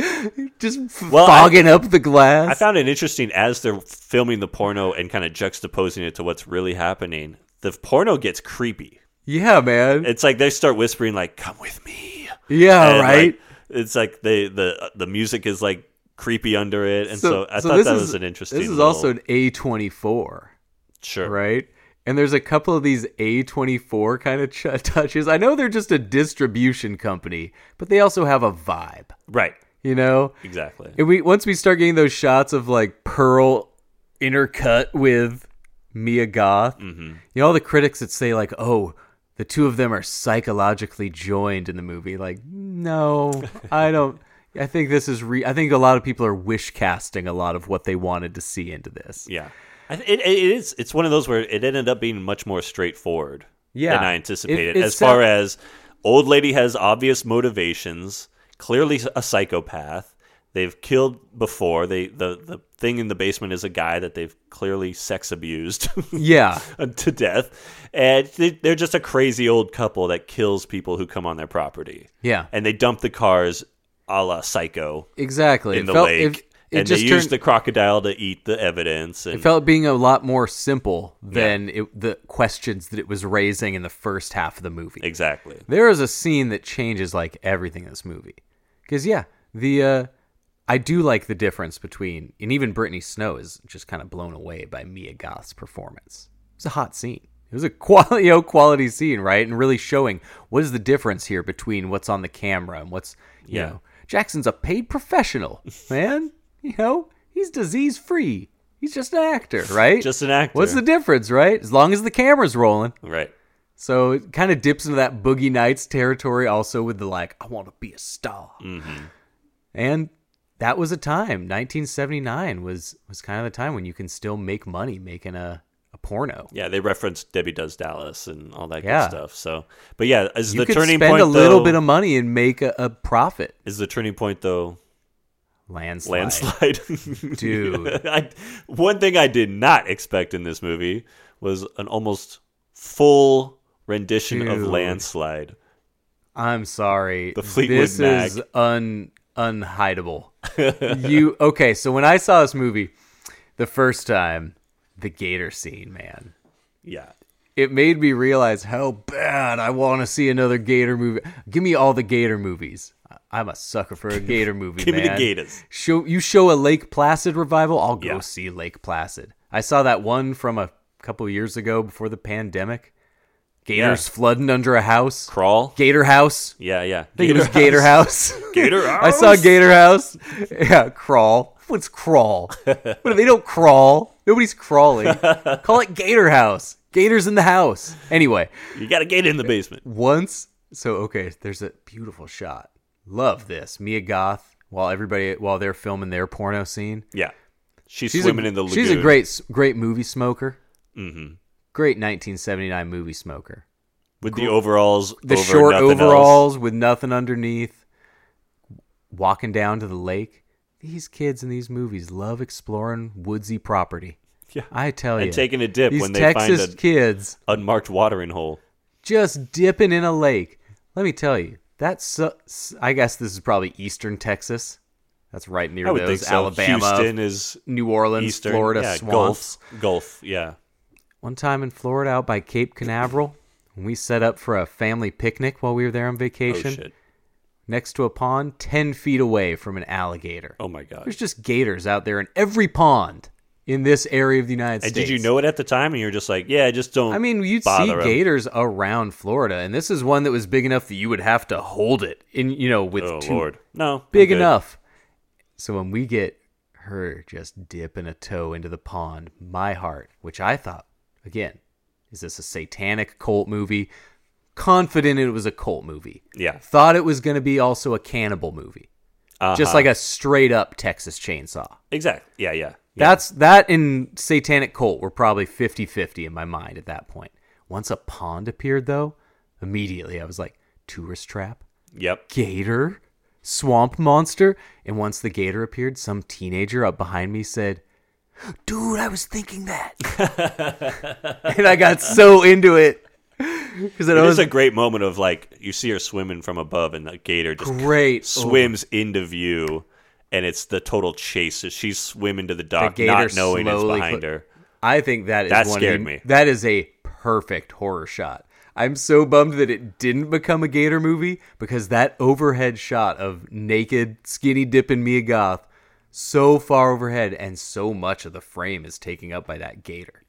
A: just f-
B: Well, I-
A: fogging up the glass.
B: I found it interesting as they're filming the porno and kind of juxtaposing it to what's really happening. The porno gets creepy.
A: yeah, man.
B: It's like they start whispering, like "Come with me,"
A: yeah,
B: And, like,
A: right.
B: it's like they the the music is like creepy under it, and so, I
A: so
B: thought
A: this
B: that
A: is-
B: was an interesting.
A: This is
B: little-
A: also an A twenty four,
B: sure,
A: right? And there's a couple of these A twenty four kind of ch- touches. I know they're just a distribution company, but they also have a vibe,
B: right,
A: you know.
B: exactly.
A: And we once we start getting those shots of like Pearl intercut with Mia Goth,
B: Mm-hmm.
A: you know, all the critics that say like, "Oh, the two of them are psychologically joined in the movie." Like, no, I don't. I think this is. Re- I think a lot of people are wish casting a lot of what they wanted to see into this.
B: yeah, I th- it, it is. It's one of those where it ended up being much more straightforward
A: Yeah.
B: than I anticipated.
A: It- it
B: as far
A: sound-
B: as old lady has obvious motivations, clearly a psychopath. They've killed before. They the the thing in the basement is a guy that they've clearly sex abused
A: Yeah,
B: to death, and they- they're just a crazy old couple that kills people who come on their property.
A: Yeah.
B: and they dump the cars a la psycho
A: exactly.
B: in
A: It
B: the
A: felt-
B: lake.
A: It, it
B: and
A: just
B: they
A: turned,
B: use the crocodile to eat the evidence. And
A: It felt being a lot more simple than it, the questions that it was raising in the first half of the movie.
B: exactly.
A: there is a scene that changes like everything in this movie because yeah the uh i do like the difference between and even brittany snow is just kind of blown away by mia goth's performance it was a hot scene it was a quality you know, quality scene right and really showing what is the difference here between what's on the camera and what's you
B: Yeah.
A: know Jackson's a paid professional, man. you know, he's disease free. He's just an actor, right?
B: Just an actor.
A: What's the difference, right? As long as the camera's rolling.
B: Right.
A: So it kind of dips into that Boogie Nights territory also with the like, I want to be a star.
B: Mm-hmm.
A: And that was a time. 1979 was was kind of the time when you can still make money making a, a porno.
B: Yeah, they referenced Debbie Does Dallas and all that
A: Yeah.
B: good stuff. So, but yeah, is
A: you
B: the
A: could
B: turning
A: spend
B: point
A: a little
B: though-
A: bit of money and make a, a profit.
B: is the turning point though
A: Landslide.
B: landslide,
A: Dude.
B: I, one thing I did not expect in this movie was an almost full rendition of
A: Dude.
B: landslide.
A: I'm sorry.
B: The Fleetwood
A: this is
B: Mac.
A: un unhideable. you okay? So when I saw this movie the first time, the gator scene, man,
B: Yeah,
A: it made me realize how bad I want to see another gator movie. Give me all the gator movies. I- I'm a sucker for a gator movie.
B: Give me the
A: man.
B: gators.
A: Show you show a Lake Placid revival, I'll go
B: Yeah.
A: see Lake Placid. I saw that one from a couple years ago before the pandemic. Gators flooding under a house.
B: crawl.
A: Gator house.
B: yeah, yeah.
A: I think it was Gator House.
B: Gator
A: I saw
B: House?
A: Gator House. Yeah, crawl. What's crawl? What if they don't crawl? Nobody's crawling. Call it Gator House. Gators in the house. Anyway,
B: You got a gator in the basement.
A: once so okay, there's a beautiful shot. Love this. Mia Goth while everybody while they're filming their porno scene.
B: Yeah, she's,
A: She's
B: swimming
A: a,
B: in the lagoon.
A: She's a great great movie smoker. Mm-hmm. Great 1979 movie smoker.
B: with the overalls.
A: the
B: over
A: short
B: nothing else.
A: overalls with nothing underneath walking down to the lake these kids in these movies love exploring woodsy property
B: Yeah.
A: i tell you
B: And taking a dip
A: these
B: when they
A: texas
B: find a
A: kids
B: unmarked watering hole.
A: just dipping in a lake let me tell you that's su- s- i guess this is probably eastern texas that's right near
B: I would
A: those
B: think so.
A: alabama
B: Houston is
A: new orleans
B: Eastern.
A: florida
B: yeah,
A: swamps
B: Gulf. Gulf. Yeah. Oh,
A: one time in florida out by cape canaveral when we set up for a family picnic while we were there on
B: Oh
A: vacation
B: shit.
A: next to a pond 10 feet away from an alligator.
B: Oh my god.
A: There's just gators out there in every pond in this area of the United
B: And
A: States.
B: did you know it at the time? And you were just like, yeah, just don't.
A: I mean, you'd see
B: bother 'em.
A: gators around Florida, and this is one that was big enough that you would have to hold it in, you know, with
B: Oh
A: two
B: lord, no, I'm
A: big
B: good.
A: enough. So when we get her just dipping a toe into the pond, my heart, which I thought, again, is this a satanic cult movie? Confident it was a cult movie.
B: Yeah.
A: Thought it was going to be also a cannibal movie, just like a straight up Texas chainsaw.
B: Exactly. Uh-huh. Yeah, yeah. yeah.
A: That's that and satanic cult were probably 50-50 in my mind at that point. Once a pond appeared though, immediately I was like, tourist trap
B: Yep.
A: gator, swamp monster. And once the gator appeared, some teenager up behind me said, Dude, I was thinking that. and I got so into it. Because it
B: It
A: was
B: is a great moment of like you see her swimming from above, and the gator just
A: great.
B: swims into view, and it's the total chase. as She's swimming to the dock,
A: gator
B: not knowing it's
A: slowly
B: behind
A: cl-
B: her.
A: I think that is
B: That
A: one of
B: scared
A: the-
B: me.
A: That is a perfect horror shot. I'm so bummed that it didn't become a Gator movie because that overhead shot of naked, skinny dipping Mia Goth so far overhead and so much of the frame is taken up by that gator.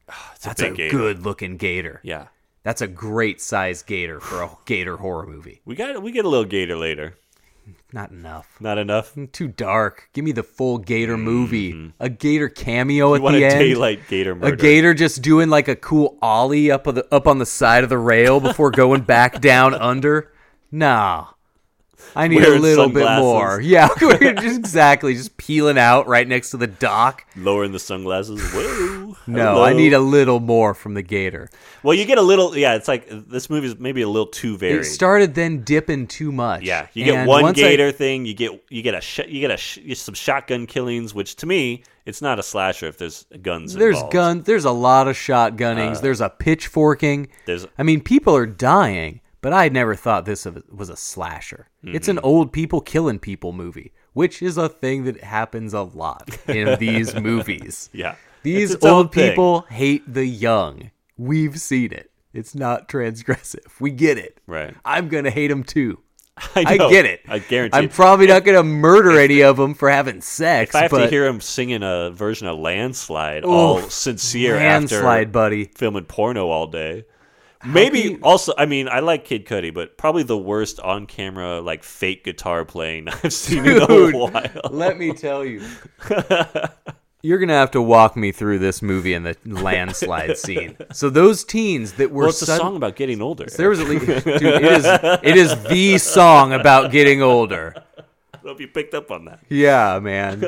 A: That's a,
B: big gator.
A: good looking gator.
B: Yeah,
A: That's a great size gator for a gator horror movie.
B: we got we get a little gator later.
A: Not enough.
B: Not enough. You
A: Too dark. Give me the full gator movie. A gator cameo at
B: Mm-hmm. want
A: the
B: a
A: end.
B: daylight gator murder?
A: A gator just doing like a cool ollie up of the up on the side of the rail before going back down under. Nah. I need a
B: Wearing
A: little bit
B: sunglasses.
A: more. Yeah, just exactly. Just peeling out right next to the dock.
B: lowering the sunglasses. Whoa.
A: No,
B: Hello.
A: I need a little more from the gator.
B: Well, you get a little. Yeah, it's like this movie's maybe a little too varied.
A: It started then dipping too much.
B: Yeah, you get
A: And
B: one
A: once I-
B: gator thing. You get you get a sh- you get a sh- some shotgun killings, which to me it's not a slasher if there's guns.
A: there's
B: involved. Uh,
A: gun. There's a lot of shotgunnings. there's a pitchforking.
B: There's
A: I mean, people are dying, but I never thought this of- was a slasher. It's
B: Mm-hmm.
A: an old people killing people movie, which is a thing that happens a lot in these movies.
B: yeah.
A: These
B: It's its own
A: old
B: thing.
A: people hate the young. We've seen it. It's not transgressive. We get it.
B: Right.
A: I'm going to hate them too. I,
B: know.
A: get it.
B: I guarantee.
A: I'm
B: it.
A: probably not going to murder any of them for having sex.
B: if I have
A: but
B: to hear him singing a version of "Landslide,"
A: Oof,
B: all sincere
A: landslide,
B: after
A: buddy.
B: filming porno all day. Maybe
A: can you-
B: also, I mean, I like Kid Cudi, but probably the worst on camera like fake guitar playing I've seen in
A: Dude,
B: a while.
A: Let me tell you. You're gonna have to walk me through this movie and the landslide scene. So those teens that were
B: Well, it's a
A: sudden-
B: song about getting older.
A: There was at least, dude. It is it is the song about getting older.
B: I hope you picked up on that.
A: Yeah, man.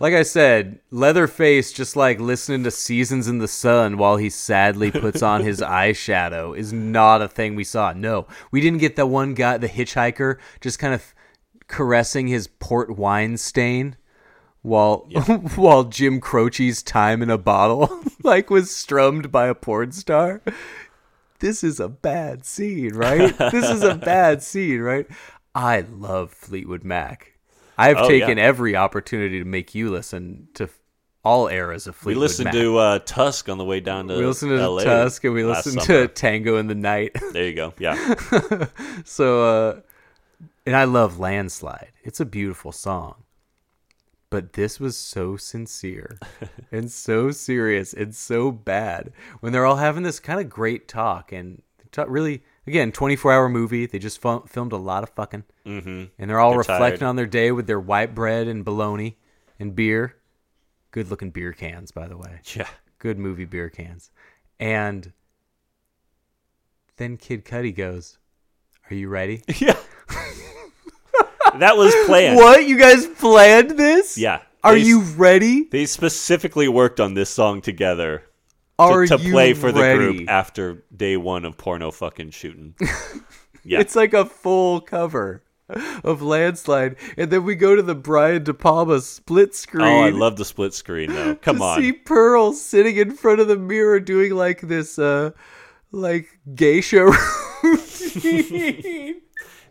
A: Like I said, Leatherface just like listening to Seasons in the Sun while he sadly puts on his eyeshadow is not a thing we saw. No, we didn't get that one guy, the hitchhiker, just kind of caressing his port wine stain while while Jim Croce's time in a bottle like was strummed by a porn star. This is a bad scene, right? this is a bad scene, right? I love Fleetwood Mac. I've
B: Oh,
A: taken
B: yeah.
A: every opportunity to make you listen to f- all eras of
B: We
A: Fleetwood
B: listened
A: Mac.
B: to uh, Tusk on the way down to
A: we listened to
B: LA
A: Tusk and we
B: last
A: listened
B: summer.
A: to Tango in the Night.
B: There you go. Yeah.
A: So, uh, and I love Landslide. It's a beautiful song. But this was so sincere and so serious and so bad when they're all having this kind of great talk and talk really, again, 24 hour movie. They just fu- filmed a lot of fucking. Mm-hmm. And they're all
B: They're
A: reflecting
B: tired.
A: on their day with their white bread and bologna and beer. Good looking beer cans, by the way
B: Yeah.
A: good movie beer cans. And then Kid Cudi goes, "Are you ready?"
B: Yeah. that was planned.
A: what you guys planned this?
B: Yeah.
A: Are
B: They s-
A: you ready?
B: They specifically worked on this song together to,
A: Are
B: to
A: you
B: play for the
A: ready?
B: group after day one of porno fucking shooting. Yeah.
A: It's like a full cover of Landslide, and then we go to the Brian De Palma split screen.
B: oh, I love the split screen though. Come
A: to
B: on.
A: see Pearl sitting in front of the mirror doing like this, uh, like geisha routine.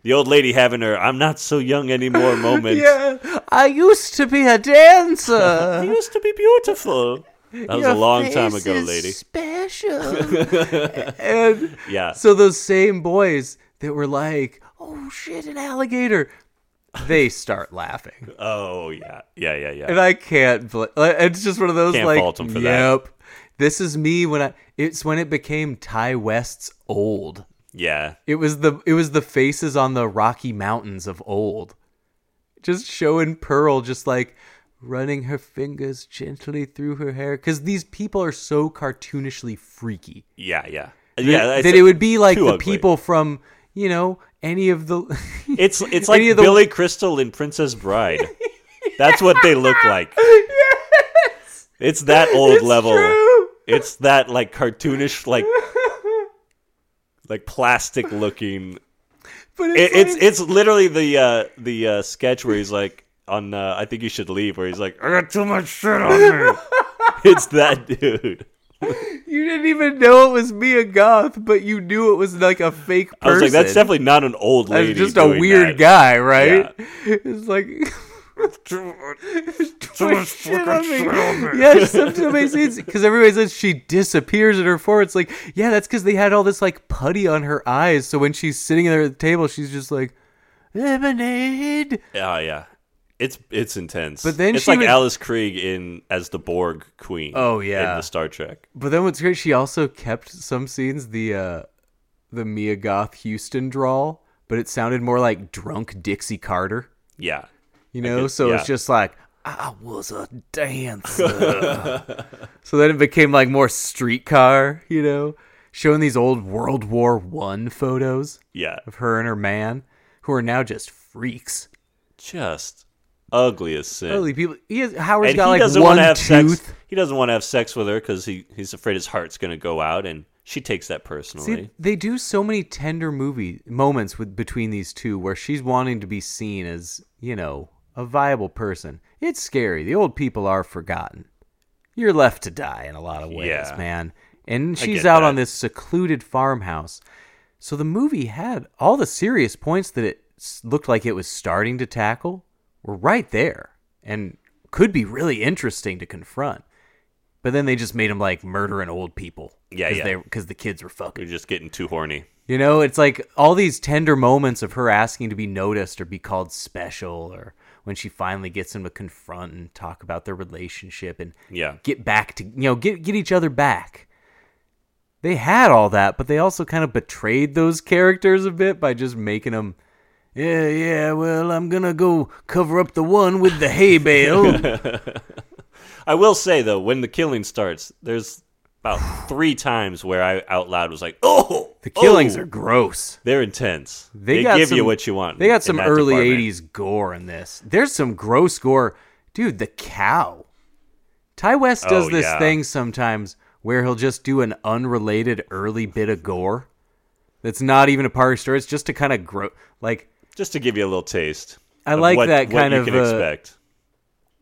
B: The old lady having her I'm not so young anymore moment.
A: yeah, I used to be a dancer.
B: You used to be beautiful. That was a long time ago, lady.
A: Special. and
B: Yeah.
A: so those same boys that were like, "Oh shit, an alligator," they start laughing,
B: oh yeah. Yeah, yeah, yeah.
A: and I can't. Bl- like, it's just one of those
B: Can't
A: like,
B: fault 'em for that.
A: "Yep, this is me." When I, it's when it became Ty West's old.
B: yeah.
A: It was the it was the faces on the Rocky Mountains of old. Just showing Pearl just like running her fingers gently through her hair cuz these people are so cartoonishly freaky.
B: Yeah, yeah. Yeah,
A: that,
B: it's-
A: that it would be like
B: too
A: the
B: ugly.
A: people from, you know, any of the
B: It's it's like
A: any of the-
B: Billy Crystal in Princess Bride. That's what they look like. It's that old
A: It's
B: level.
A: true.
B: It's that like cartoonish like like plastic looking.
A: But
B: It, it's
A: like-
B: it's literally the uh the uh sketch where he's like on uh, I think you should leave where he's like I got too much shit on me. it's that dude.
A: you didn't even know it was Mia Goth, but you knew it was like a fake person.
B: I was like that's definitely not an old
A: That's
B: lady.
A: just a
B: doing
A: weird
B: that.
A: guy, right? It's like
C: much
A: shit
C: fucking
A: on me.
C: shit on me.
A: Yeah, it's something amazing because everybody says she disappears in her forehead. It's like, yeah, that's because they had all this like putty on her eyes. So when she's sitting there at the table, she's just like lemonade.
B: Oh yeah. It's it's intense.
A: But then
B: it's
A: she
B: like
A: would-
B: Alice Krieg in as the Borg Queen.
A: Oh,
B: in
A: yeah.
B: the Star Trek.
A: But then what's great, she also kept some scenes the uh the Mia Goth Houston drawl, but it sounded more like drunk Dixie Carter.
B: Yeah,
A: You know,
B: could-
A: so it's
B: yeah.
A: just like I was a dancer. so then it became like more streetcar, you know, showing these old World War One photos
B: yeah,
A: of her and her man, who are now just freaks.
B: just ugly as sin.
A: Holy people! He has, Howard's
B: and he
A: got like
B: doesn't
A: one
B: want to have
A: tooth.
B: sex. He doesn't want to have sex with her because he he's afraid his heart's going to go out, and she takes that personally.
A: See, they do so many tender movie moments with between these two where she's wanting to be seen as, you know, a viable person. It's scary. The old people are forgotten. You're left to die in a lot of ways,
B: Yeah.
A: man. And she's
B: get
A: out
B: that.
A: on this secluded farmhouse. So the movie had all the serious points that it s- looked like it was starting to tackle were right there and could be really interesting to confront. But then they just made him like murdering old people.
B: Yeah, yeah.
A: Because the kids were fucking.
B: You're just getting too horny.
A: You know, it's like all these tender moments of her asking to be noticed or be called special, or when she finally gets him to confront and talk about their relationship and
B: Yeah.
A: get back to you know get get each other back. they had all that, but they also kind of betrayed those characters a bit by just making them. Yeah, yeah. Well, I'm gonna go cover up the one with the hay bale.
B: I will say though, when the killing starts, there's about three times where I out loud was like, "Oh,
A: the killings
B: oh."
A: are gross.
B: they're intense. They,
A: got
B: give you
A: some-
B: what you want.
A: They got
B: in
A: some
B: that
A: early
B: department.
A: '80s gore in this. There's some gross gore, dude. The cow. Ty West does
B: Oh,
A: this
B: yeah.
A: thing sometimes where he'll just do an unrelated early bit of gore that's not even a part of the story. It's just to kind of grow. Like
B: just to give you a little taste.
A: I
B: of
A: like
B: what-
A: that
B: what
A: kind
B: you
A: of,
B: can
A: uh,
B: expect.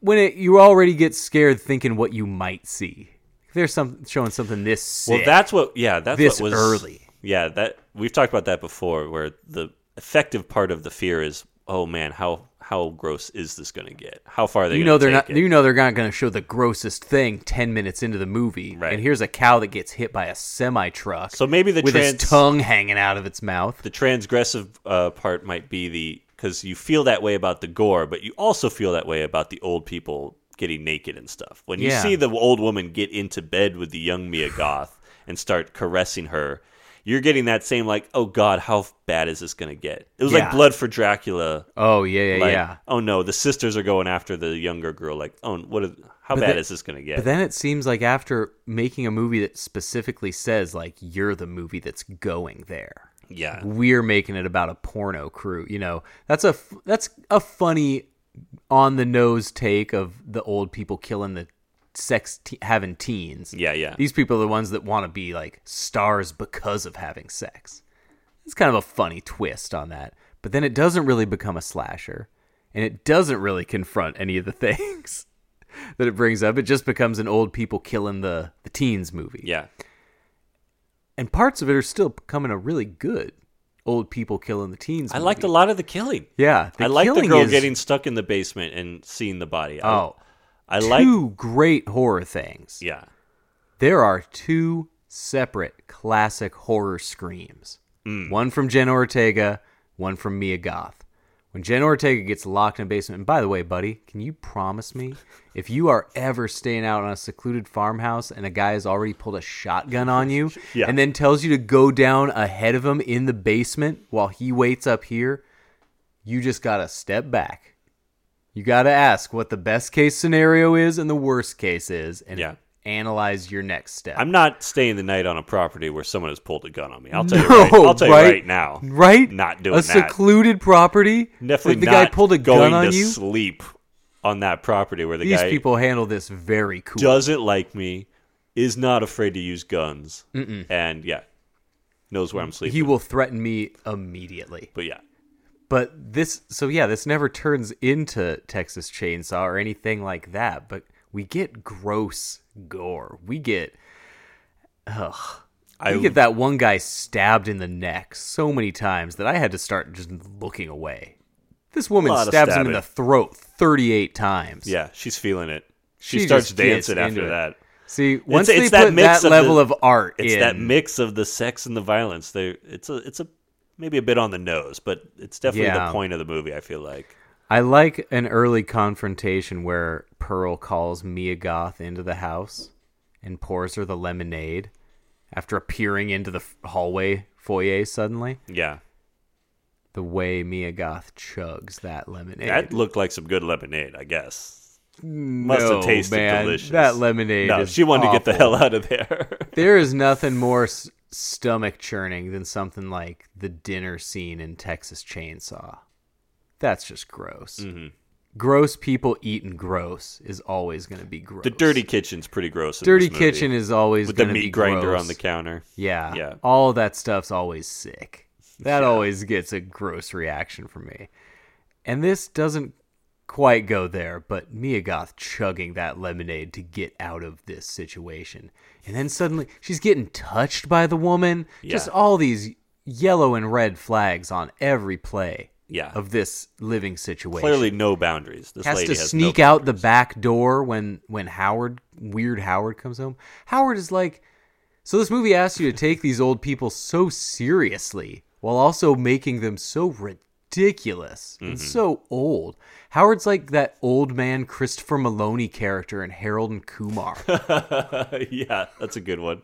A: when it, you already get scared thinking what you might see. There's some showing something this sick.
B: Well, that's what. Yeah, that's
A: This
B: what was
A: early.
B: Yeah, that we've talked about that before, where the effective part of the fear is, oh man, how how gross is this going to get? How far are they?
A: you
B: gonna
A: know they're
B: take
A: not.
B: it?
A: You know they're not going to show the grossest thing ten minutes into the movie.
B: Right.
A: And here's a cow that gets hit by a semi truck.
B: So maybe the
A: with
B: trans-
A: his tongue hanging out of its mouth.
B: the transgressive uh, part might be the because you feel that way about the gore, but you also feel that way about the old people getting naked and stuff. When you
A: Yeah.
B: see the old woman get into bed with the young Mia Goth and start caressing her, you're getting that same like, oh god, how bad is this gonna get? It was
A: Yeah.
B: like Blood for Dracula.
A: Oh yeah, yeah,
B: like,
A: yeah.
B: Oh no, the sisters are going after the younger girl. Like, oh, what? Are, how
A: But
B: bad
A: the-
B: is this gonna get?
A: But then it seems like after making a movie that specifically says like you're the movie that's going there.
B: yeah,
A: We're making it about a porno crew, you know. That's a f- that's a funny on the nose take of the old people killing the sex te- having teens.
B: yeah, yeah.
A: These people are the ones that want to be like stars because of having sex. It's kind of a funny twist on that. But then it doesn't really become a slasher and it doesn't really confront any of the things that it brings up. It just becomes an old people killing the, the teens movie.
B: yeah.
A: And parts of it are still becoming a really good old people killing the teens
B: I
A: movie.
B: liked a lot of the killing.
A: Yeah.
B: I like the
A: killing
B: girl
A: is-
B: getting stuck in the basement and seeing the body. I-
A: Oh.
B: I like
A: Two great horror things.
B: yeah.
A: there are two separate classic horror screams
B: Hmm.
A: one from Jen Ortega, one from Mia Goth. When Jen Ortega gets locked in a basement, and by the way, buddy, can you promise me if you are ever staying out on a secluded farmhouse and a guy has already pulled a shotgun on you
B: Yeah.
A: and then tells you to go down ahead of him in the basement while he waits up here, you just got to step back. You got to ask what the best case scenario is and the worst case is and
B: Yeah.
A: analyze your next step.
B: I'm not staying the night on a property where someone has pulled a gun on me. I'll tell
A: No,
B: you right. I'll tell
A: right?
B: you right now.
A: right?
B: Not doing
A: A
B: that.
A: secluded property?
B: Definitely
A: Like the
B: not
A: guy pulled a
B: going
A: gun on
B: to
A: you?
B: sleep on that property where the
A: These
B: guy
A: people handle this very cool.
B: doesn't like me, is not afraid to use guns, and yeah, knows where I'm sleeping.
A: he will threaten me immediately.
B: but yeah,
A: But this so yeah, this never turns into Texas Chainsaw or anything like that, but we get gross gore. We get
B: I
A: we get that one guy stabbed in the neck so many times that I had to start just looking away. This woman
B: Lot of
A: stabs him in
B: stabbing.
A: the throat 38 times.
B: yeah, she's feeling it. She,
A: She
B: starts
A: just gets
B: dancing
A: into
B: after
A: it.
B: that.
A: See, once
B: it's
A: they
B: that
A: put
B: mix
A: that
B: of
A: level
B: the-
A: of art
B: It's
A: in,
B: that mix of the sex and the violence. They it's a it's a maybe a bit on the nose, but it's definitely
A: Yeah.
B: the point of the movie. I feel like
A: I like an early confrontation where Pearl calls Mia Goth into the house and pours her the lemonade after appearing into the f- hallway foyer suddenly.
B: yeah.
A: The way Mia Goth chugs that lemonade.
B: That looked like some good lemonade, I guess. Must
A: No,
B: have tasted
A: man,
B: delicious.
A: That lemonade.
B: No,
A: is
B: she wanted to get the
A: awful.
B: hell out of there.
A: There is nothing more s- stomach churning than something like the dinner scene in Texas Chainsaw. That's just gross.
B: Mm-hmm.
A: Gross people eating gross is always going to be gross.
B: the dirty kitchen's pretty gross. in
A: dirty
B: this movie.
A: kitchen is always
B: with the
A: gonna be
B: meat grinder
A: gross.
B: on the counter.
A: Yeah,
B: Yeah.
A: All that stuff's always sick. That always gets a gross reaction from me. And this doesn't quite go there, but Mia Goth chugging that lemonade to get out of this situation. And then suddenly she's getting touched by the woman. Just
B: Yeah.
A: all these yellow and red flags on every play
B: Yeah.
A: of this living situation.
B: Clearly, no boundaries. This
A: has
B: lady
A: to
B: has
A: sneak
B: no
A: out the back door when when Howard weird Howard comes home. Howard is like so this movie asks you to take these old people so seriously while also making them so ridiculous
B: Mm-hmm.
A: and so old. Howard's like that old man Christopher Maloney character in Harold and Kumar.
B: yeah, that's a good one.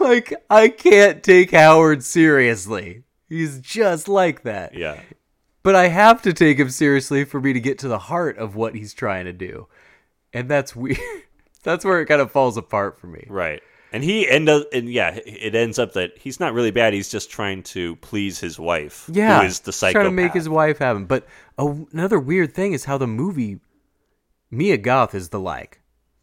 A: like I can't take Howard seriously. He's just like that.
B: Yeah.
A: But I have to take him seriously for me to get to the heart of what he's trying to do. And that's weird. that's where it kind of falls apart for me.
B: Right. And he end up, and yeah, it ends up that he's not really bad. He's just trying to please his wife,
A: Yeah.
B: who is the
A: he's trying
B: psychopath.
A: to make his wife have him. But a, another weird thing is how the movie Mia Goth is the like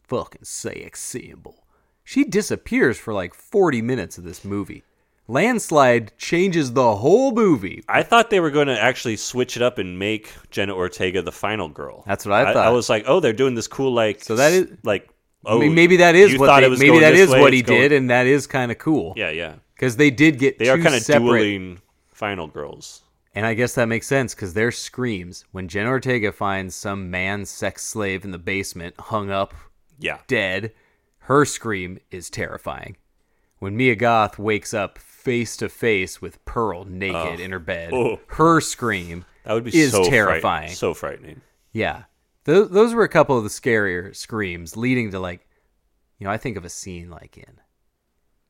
A: fucking sex symbol. She disappears for like 40 minutes of this movie. Landslide changes the whole movie.
B: I thought they were going to actually switch it up and make Jenna Ortega the final girl.
A: That's what I thought.
B: I, was like, oh, they're doing this cool like
A: So that is-
B: like
A: I
B: oh
A: mean, maybe that is
B: you
A: what
B: thought
A: they,
B: it was
A: maybe
B: going
A: that
B: this
A: is
B: way,
A: what he
B: it's going-
A: did, and that is kind of cool.
B: Yeah, yeah.
A: because they did get
B: They are
A: kind of separate,
B: dueling final girls.
A: and I guess that makes sense because their screams when Jenna Ortega finds some man sex slave in the basement hung up
B: Yeah.
A: dead, her scream is terrifying. When Mia Goth wakes up face to face with Pearl naked in her bed,
B: Oh.
A: her scream
B: That would be
A: is
B: so fright-
A: terrifying.
B: so frightening.
A: Yeah. Those, those were a couple of the scarier screams leading to like you know, I think of a scene like in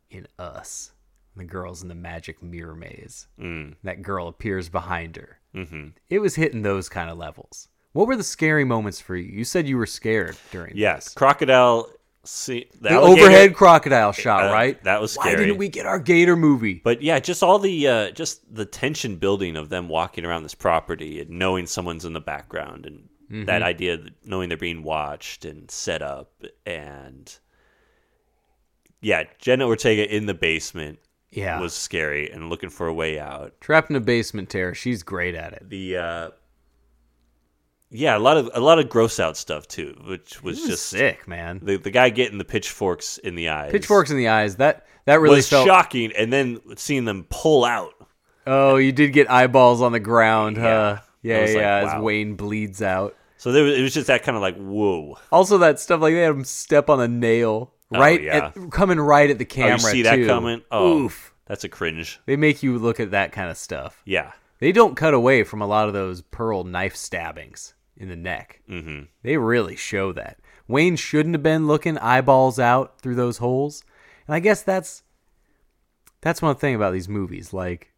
A: in Us, the girl's in the magic mirror maze. Mm. That girl appears behind her. Mm-hmm. It was hitting those kind of levels. What were the scary moments for you? You said you were scared during
B: Yes.
A: this.
B: Crocodile see the,
A: The
B: alligator-
A: overhead crocodile shot,
B: Uh,
A: right?
B: that was
A: Why
B: scary.
A: didn't we get our gator movie?
B: But yeah, just all the uh, just the tension building of them walking around this property and knowing someone's in the background and
A: Mm-hmm.
B: that idea that knowing they're being watched and set up and yeah, Jenna Ortega in the basement
A: yeah.
B: was scary and looking for a way out.
A: Trapped in a basement terror. She's great at it.
B: The uh, yeah, a lot of a lot of gross out stuff too, which was,
A: This is
B: just
A: sick, man.
B: The the guy getting the pitchforks in the eyes.
A: Pitchforks in the eyes. That that really
B: was
A: felt
B: shocking, and then seeing them pull out
A: Oh, you did get eyeballs on the ground, huh?
B: I
A: Yeah,
B: was like,
A: yeah,
B: wow.
A: as Wayne bleeds out.
B: So there was, it was just that kind of like, whoa.
A: Also, that stuff like they had him step on a nail, right?
B: Oh, yeah.
A: at, coming right at the
B: Oh,
A: camera.
B: you see that
A: too.
B: coming? Oh,
A: Oof.
B: that's a cringe.
A: They make you look at that kind of stuff.
B: Yeah.
A: They don't cut away from a lot of those pearl knife stabbings in the neck. Mm-hmm. They really show that. Wayne shouldn't have been looking eyeballs out through those holes. And I guess that's that's one thing about these movies. Like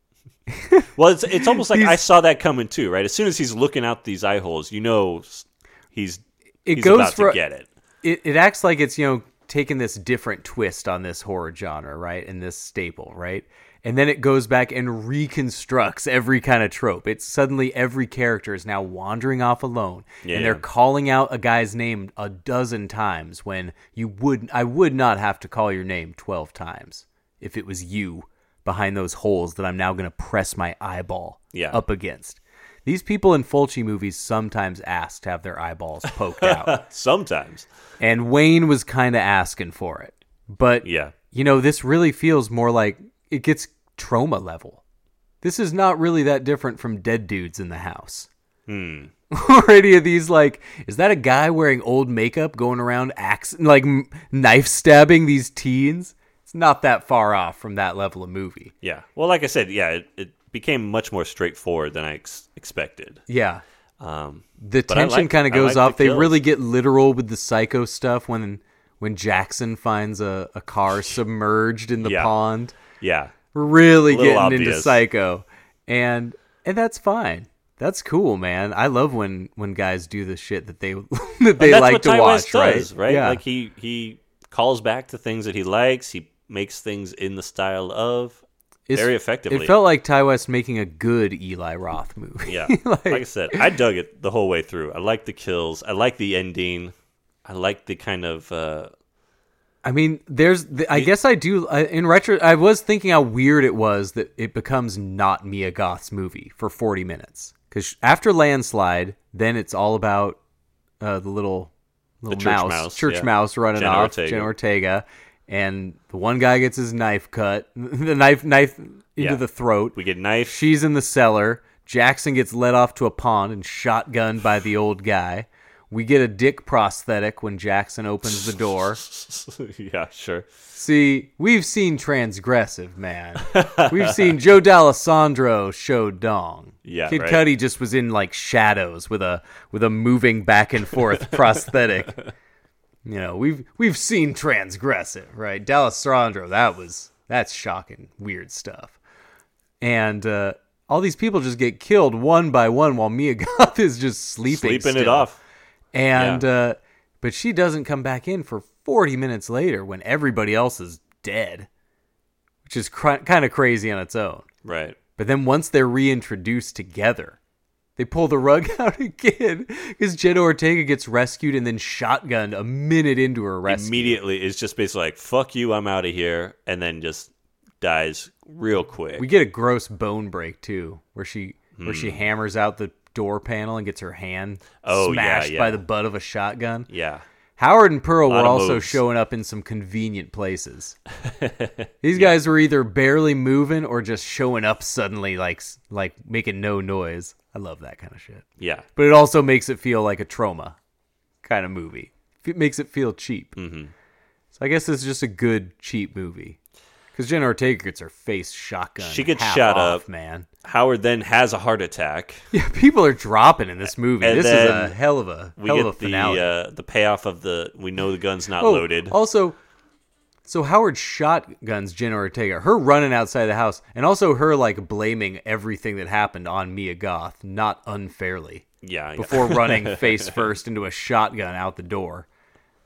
B: Well, it's it's almost like
A: These-
B: I saw that coming too, right? As soon as he's looking out these eye holes, you know, s- he's
A: it
B: he's
A: goes
B: about
A: for
B: to get it.
A: it, it acts like it's you know taking this different twist on this horror genre right and this staple right and then it goes back and reconstructs every kind of trope it's suddenly every character is now wandering off alone
B: Yeah.
A: and they're calling out a guy's name a dozen times when you would i would not have to call your name 12 times if it was you behind those holes that i'm now going to press my eyeball
B: Yeah.
A: up against these people in Fulci movies sometimes ask to have their eyeballs poked out.
B: Sometimes,
A: And Wayne was kind of asking for it. But
B: yeah,
A: you know, this really feels more like it gets trauma level. This is not really that different from dead dudes in the house. Hmm. or any of these like is that a guy wearing old makeup going around axe like m- knife stabbing these teens? It's not that far off from that level of movie.
B: yeah. Well, like I said, yeah, it, it became much more straightforward than I ex- expected.
A: Yeah.
B: Um,
A: the
B: But I
A: tension
B: like-
A: kind of
B: I
A: goes
B: like
A: off.
B: the
A: they
B: kills.
A: really get literal with the psycho stuff when when Jackson finds a, a car submerged in the
B: Yeah.
A: pond.
B: yeah,
A: Really
B: Little
A: getting into
B: obvious.
A: psycho, and and that's fine. That's cool, man. I love when when guys do the shit that they that they
B: And that's
A: like
B: what
A: to
B: Ty West
A: watch,
B: does,
A: right? Yeah.
B: Like he he calls back to things that he likes. He makes things in the style of
A: It's-
B: very effectively.
A: It felt like Ty West making a good Eli Roth movie.
B: Yeah.
A: Like-
B: like, I said, I dug it the whole way through. I like the kills. I like the ending. I like the kind of uh,
A: I mean, there's. The, I guess I do. I, in retro, I was thinking how weird it was that it becomes not Mia Goth's movie for 40 minutes. Because after Landslide, then it's all about uh, the little little
B: church
A: mouse,
B: mouse,
A: church
B: yeah.
A: mouse running
B: Jenna
A: off,
B: Ortega.
A: Jenna Ortega, and the one guy gets his knife cut, the knife knife into
B: Yeah.
A: the throat.
B: we get knife.
A: She's in the cellar. Jackson gets led off to a pond and shotgunned by the old guy. We get a dick prosthetic when Jackson opens the door.
B: yeah, sure.
A: See, we've seen transgressive man. We've seen Joe D'Alessandro show dong.
B: Yeah,
A: Kid
B: right.
A: Cudi just was in like shadows with a with a moving back and forth prosthetic. You know, we've we've seen transgressive, right? D'Alessandro, that was that's shocking, weird stuff. And uh, all these people just get killed one by one while Mia Goth is just sleeping,
B: Sleeping it
A: still.
B: off.
A: And
B: Yeah.
A: uh, but she doesn't come back in for 40 minutes later when everybody else is dead, which is cr- kind of crazy on its own.
B: Right.
A: But then once they're reintroduced together, they pull the rug out again because Jenna Ortega gets rescued and then shotgunned a minute into her rescue.
B: Immediately is just basically like, fuck you, I'm out of here. And then just dies real quick.
A: We get a gross bone break too, where she where she hammers out the door panel and gets her hand
B: Hmm. Oh, yeah,
A: smashed
B: yeah.
A: by the butt of a shotgun.
B: yeah.
A: Howard and Pearl
B: Lot
A: were
B: of
A: also
B: moves.
A: showing up in some convenient places. These guys were either barely moving or just showing up suddenly, like like making no noise. I love that kind of shit.
B: Yeah.
A: But it also makes it feel like a trauma kind of movie. It makes it feel cheap. Mm-hmm. So I guess this is just a good cheap movie. Because Jenna Ortega gets her face shotgun.
B: She gets shot up.
A: man.
B: Howard then has a heart attack.
A: Yeah, people are dropping in this movie.
B: And
A: this is a
B: then
A: hell of a
B: We
A: hell of a
B: get the
A: finale.
B: uh, the payoff of the we know the gun's not
A: Oh,
B: loaded.
A: Also, so Howard shotguns Jenna Ortega. Her running outside the house, and also her like blaming everything that happened on Mia Goth, not unfairly,
B: yeah, yeah.
A: before running face first into a shotgun out the door.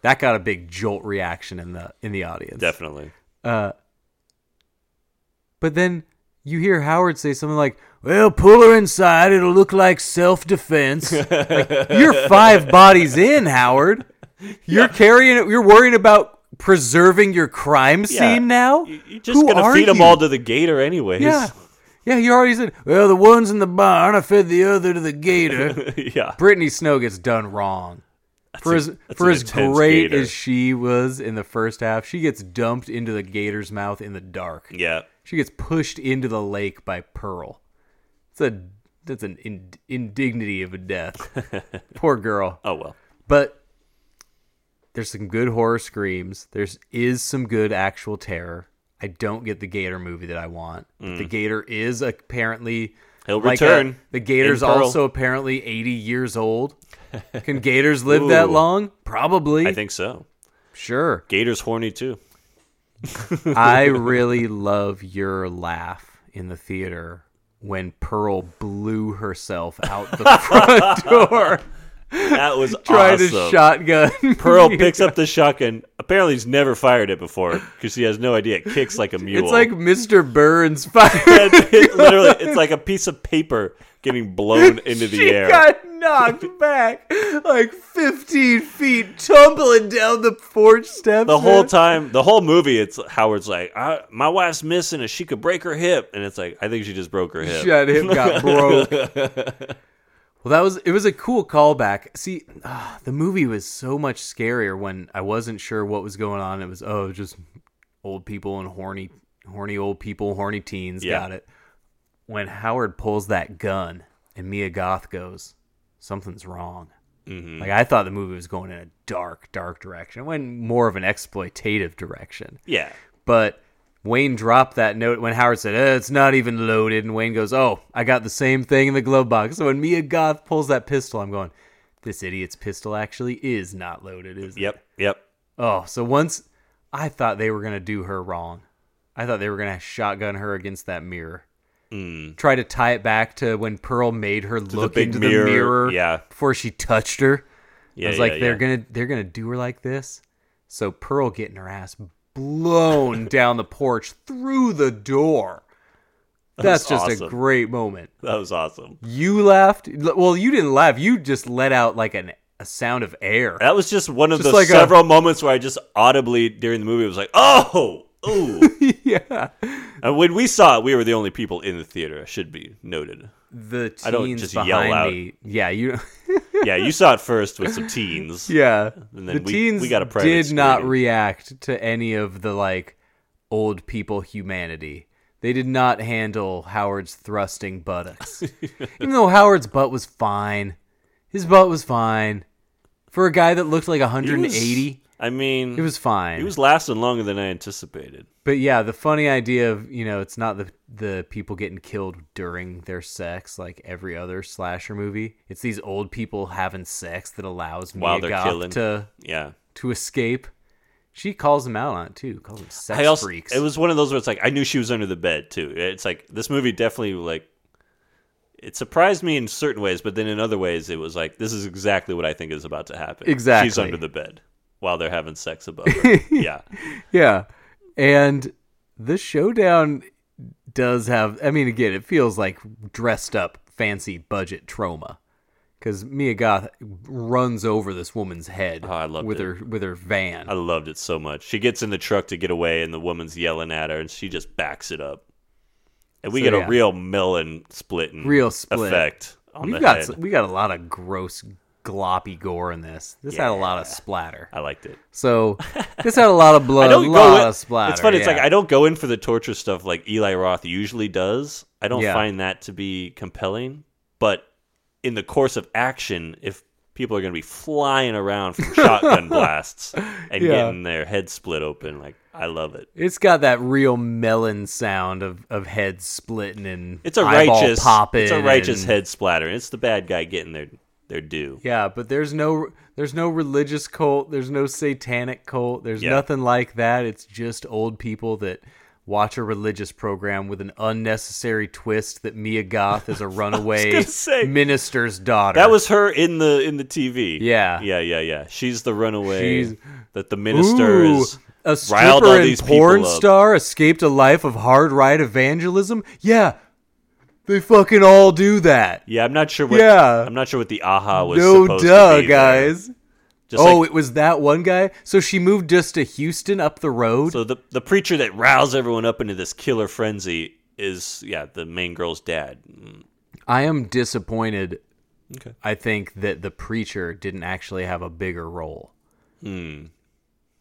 A: That got a big jolt reaction in the in the audience.
B: definitely.
A: Uh, But then you hear Howard say something like, "Well, pull her inside. It'll look like self-defense." like, you're five bodies in, Howard. You're carrying it. You're worrying about preserving your crime scene
B: Yeah.
A: now.
B: You- You're just
A: Who
B: gonna
A: are
B: feed them
A: you?
B: all to the gator anyways.
A: yeah, yeah. You already said, "Well, the one's in the barn. I fed the other to the gator."
B: yeah.
A: Brittany Snow gets done wrong. For as,
B: that's
A: for
B: an
A: as
B: intense
A: great
B: gator.
A: as she was in the first half, she gets dumped into the gator's mouth in the dark.
B: Yeah.
A: She gets pushed into the lake by Pearl. It's a that's an in, indignity of a death. Poor girl.
B: Oh well.
A: But there's some good horror screams. There's is some good actual terror. I don't get the Gator movie that I want. The Gator is apparently
B: Mm. He'll
A: a-
B: return
A: the Gator's
B: in Pearl.
A: also apparently 80 years old. Can Gators live that
B: Ooh.
A: long? Probably.
B: I think so.
A: sure.
B: Gator's horny too.
A: I really love your laugh in the theater when Pearl blew herself out the front door
B: That was
A: trying
B: awesome.
A: to shotgun.
B: Pearl picks up the shotgun. Apparently, he's never fired it before because he has no idea. It kicks like a mule.
A: It's like Mr. Burns fired.
B: And it literally, it's like a piece of paper getting blown into the
A: she
B: air.
A: got knocked back like 15 feet, tumbling down the porch steps.
B: the whole
A: man.
B: time, the whole movie, it's Howard's like, I, "My wife's missing, and she could break her hip." And it's like, I think she just broke her hip.
A: Shut him got broke. Well, that was it. Was a cool callback. See, ah, the movie was so much scarier when I wasn't sure what was going on. It was oh, just old people and horny, horny old people, horny teens.
B: Yeah.
A: Got it. When Howard pulls that gun and Mia Goth goes, something's wrong. Like I thought the movie was going in a dark, dark direction. It went more of an exploitative direction
B: Yeah,
A: but Wayne dropped that note when Howard said, eh, "It's not even loaded," and Wayne goes, "Oh, I got the same thing in the glove box." So when Mia Goth pulls that pistol, I'm going, "This idiot's pistol actually is not loaded, is it?"
B: yep, yep.
A: Oh, so once I thought they were gonna do her wrong. I thought they were gonna shotgun her against that mirror. Try to tie it back to when Pearl made her look
B: Mm. big
A: into
B: mirror,
A: the mirror
B: yeah.
A: before she touched her.
B: Yeah,
A: I was like,
B: yeah,
A: they're
B: yeah.
A: gonna they're gonna do her like this. So Pearl getting her ass blown down the porch through the door. That's
B: was
A: just a
B: awesome.
A: great moment.
B: That was awesome.
A: You laughed. Well, you didn't laugh. You just let out like an, a sound of air.
B: That was just one of
A: Just
B: the
A: like a-
B: several moments where I just audibly during the movie was like, "Oh, ooh."
A: yeah.
B: and Uh, when we saw it, we were the only people in the theater. Should be noted.
A: The teens
B: I don't just yell
A: behind
B: out.
A: me. Yeah, you.
B: Yeah, you saw it first with some teens.
A: Yeah.
B: And
A: the
B: then we-
A: teens
B: we got a private
A: did not
B: screening.
A: react to any of the like old people humanity. They did not handle Howard's thrusting buttocks. Even though Howard's butt was fine. His butt was fine. for a guy that looked like
B: He was-
A: 180.
B: I mean,
A: it was fine.
B: He was lasting longer than I anticipated.
A: But yeah, the funny idea of you know it's not the the people getting killed during their sex like every other slasher movie. It's these old people having sex that allows
B: While
A: Mia
B: they're
A: Goth
B: killing.
A: to
B: Yeah.
A: to escape. She calls him out on it too. Calls him sex
B: I also,
A: freaks.
B: It was one of those where it's like I knew she was under the bed too. It's like this movie definitely like it surprised me in certain ways, but then in other ways it was like this is exactly what I think is about to happen. she's
A: Exactly.
B: under the bed while they're having sex above. Her. yeah,
A: yeah, and the showdown does have. I mean, again, it feels like dressed up, fancy budget trauma because Mia Goth runs over this woman's head
B: Oh, I loved
A: with
B: it.
A: her with her van.
B: I loved it so much. She gets in the truck to get away, and the woman's yelling at her, and she just backs it up, and we
A: So,
B: get
A: yeah.
B: a real melon splitting
A: Real split.
B: effect. On
A: We've
B: the
A: got
B: head.
A: we got a lot of gross gloppy gore in this. This had a lot of splatter.
B: I liked it.
A: So this had a lot of blood,
B: I
A: a
B: don't
A: lot
B: go in.
A: of splatter.
B: it's funny. It's
A: yeah.
B: like I don't go in for the torture stuff like Eli Roth usually does. I don't
A: Yeah.
B: find that to be compelling. But in the course of action, if people are going to be flying around from shotgun blasts and
A: Yeah.
B: getting their head split open, like I love it.
A: It's got that real melon sound of of heads splitting and
B: It's a
A: eyeball
B: righteous.
A: popping.
B: It's a righteous
A: and-
B: head splatter. It's the bad guy getting their their due.
A: Yeah, but there's no there's no religious cult. There's no satanic cult. There's
B: Yeah.
A: nothing like that. It's just old people that watch a religious program with an unnecessary twist that Mia Goth is a runaway
B: gonna say,
A: minister's daughter.
B: That was her in the in the TV.
A: Yeah.
B: yeah, yeah, yeah. She's the runaway
A: She's-
B: that the minister
A: Ooh,
B: is
A: a
B: riled all
A: stripper and
B: these people
A: porn
B: up.
A: star escaped a life of hard right evangelism. Yeah, they fucking all do that.
B: Yeah, I'm not sure what.
A: Yeah.
B: I'm not sure what the aha was.
A: No
B: supposed
A: duh,
B: to be there.
A: guys.
B: Just
A: Oh,
B: like-
A: it was that one guy. So she moved just to Houston up the road.
B: so the the preacher that roused everyone up into this killer frenzy is yeah the main girl's dad. Mm.
A: I am disappointed.
B: Okay.
A: I think that the preacher didn't actually have a bigger role. Hmm.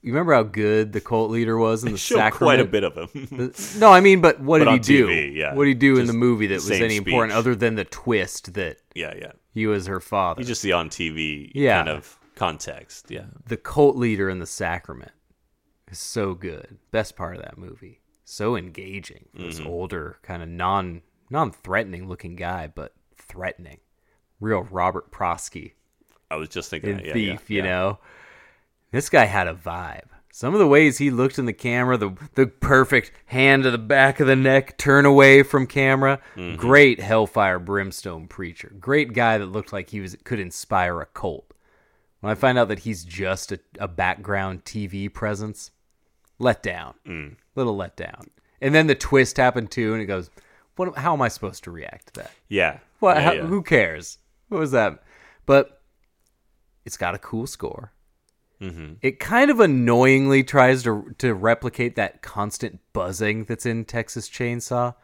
A: You remember how good the cult leader was in the
B: Showed
A: sacrament?
B: quite a bit of him.
A: No, I mean, but what
B: But
A: did he
B: on
A: do?
B: TV, yeah.
A: What did he do in
B: Just
A: the movie that was
B: same
A: any important
B: speech.
A: other than the twist that
B: yeah, yeah.
A: he was her father?
B: He's just the on TV
A: Yeah.
B: kind of context. Yeah,
A: the cult leader in the sacrament is so good. Best part of that movie. So engaging.
B: Mm-hmm.
A: This older, kind of non non threatening looking guy, but threatening. Real Robert Prosky
B: I was just thinking
A: in
B: that. Yeah, yeah,
A: Thief, you
B: yeah.
A: know. This guy had a vibe. Some of the ways he looked in the camera, the the perfect hand to the back of the neck, turn away from camera.
B: Mm-hmm.
A: Great hellfire brimstone preacher. Great guy that looked like he was could inspire a cult. When I find out that he's just a, a background TV presence, let down.
B: Mm.
A: Little let down. And then the twist happened too, and it goes, What how am I supposed to react to that?
B: Yeah.
A: What?
B: Yeah,
A: how,
B: yeah.
A: Who cares? What was that? But it's got a cool score.
B: Mm-hmm.
A: It kind of annoyingly tries to to replicate that constant buzzing that's in Texas Chainsaw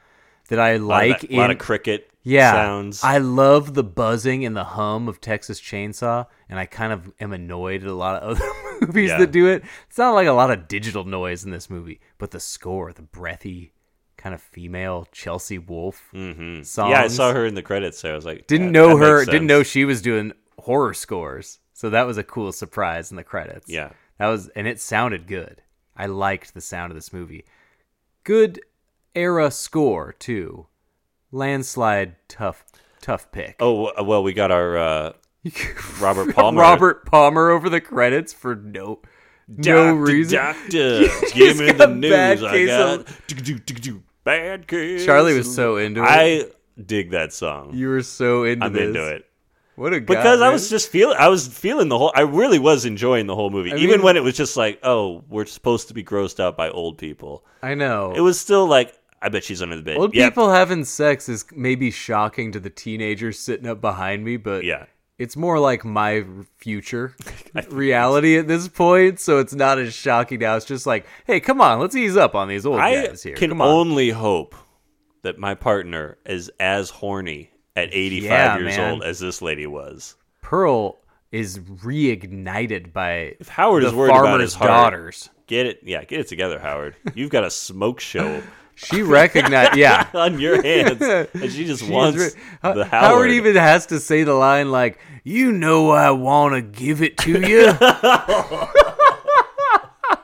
A: that I
B: A lot of
A: like.
B: that- a lot
A: in-
B: of cricket
A: yeah,
B: sounds.
A: I love the buzzing and the hum of Texas Chainsaw, and I kind of am annoyed at a lot of other movies
B: Yeah.
A: that do it. It's not like a lot of digital noise in this movie, but the score, the breathy kind of female Chelsea Wolf mm-hmm. song.
B: Hmm. yeah, I saw her in the credits there. I was like,
A: Didn't
B: yeah,
A: know
B: that makes
A: her. Didn't
B: sense.
A: know she was doing horror scores. So that was a cool surprise in the credits.
B: Yeah.
A: that was, and it sounded good. I liked the sound of this movie. Good era score too. Landslide, tough, tough pick.
B: Oh w- well, we got our uh, Robert Palmer.
A: Robert Palmer over the credits for no, no
B: Doctor,
A: reason.
B: Doctor,
A: He's
B: give me
A: got
B: the news.
A: bad
B: I
A: case
B: got
A: of-
B: do-do-do-do-do, bad case.
A: Charlie was so into it.
B: I dig that song.
A: you were so into
B: I'm
A: this.
B: into it
A: What a guy,
B: because I
A: man.
B: was just feeling. I was feeling the whole. I really was enjoying the whole movie,
A: I
B: even
A: mean-
B: when it was just like, oh, we're supposed to be grossed out by old people.
A: I know
B: It was still like, I bet she's under the bed.
A: Old
B: Yep.
A: people having sex is maybe shocking to the teenagers sitting up behind me, but
B: Yeah.
A: it's more like my future reality at this point, so it's not as shocking now. It's just like, hey, come on, let's ease up on these old
B: I
A: guys here.
B: can
A: come on.
B: only hope that my partner is as horny at 85
A: Yeah,
B: years
A: man.
B: old as this lady was.
A: Pearl is reignited by
B: If Howard
A: the
B: is worried about
A: farmer's
B: his heart,
A: daughters.
B: Get it? Yeah, get it together, Howard. You've got a smoke show
A: She recognized. Yeah.
B: on your hands, and she just
A: She is
B: wants
A: re- Ho-
B: the
A: Howard
B: Howard.
A: even has to say the line like, "You know I want to give it to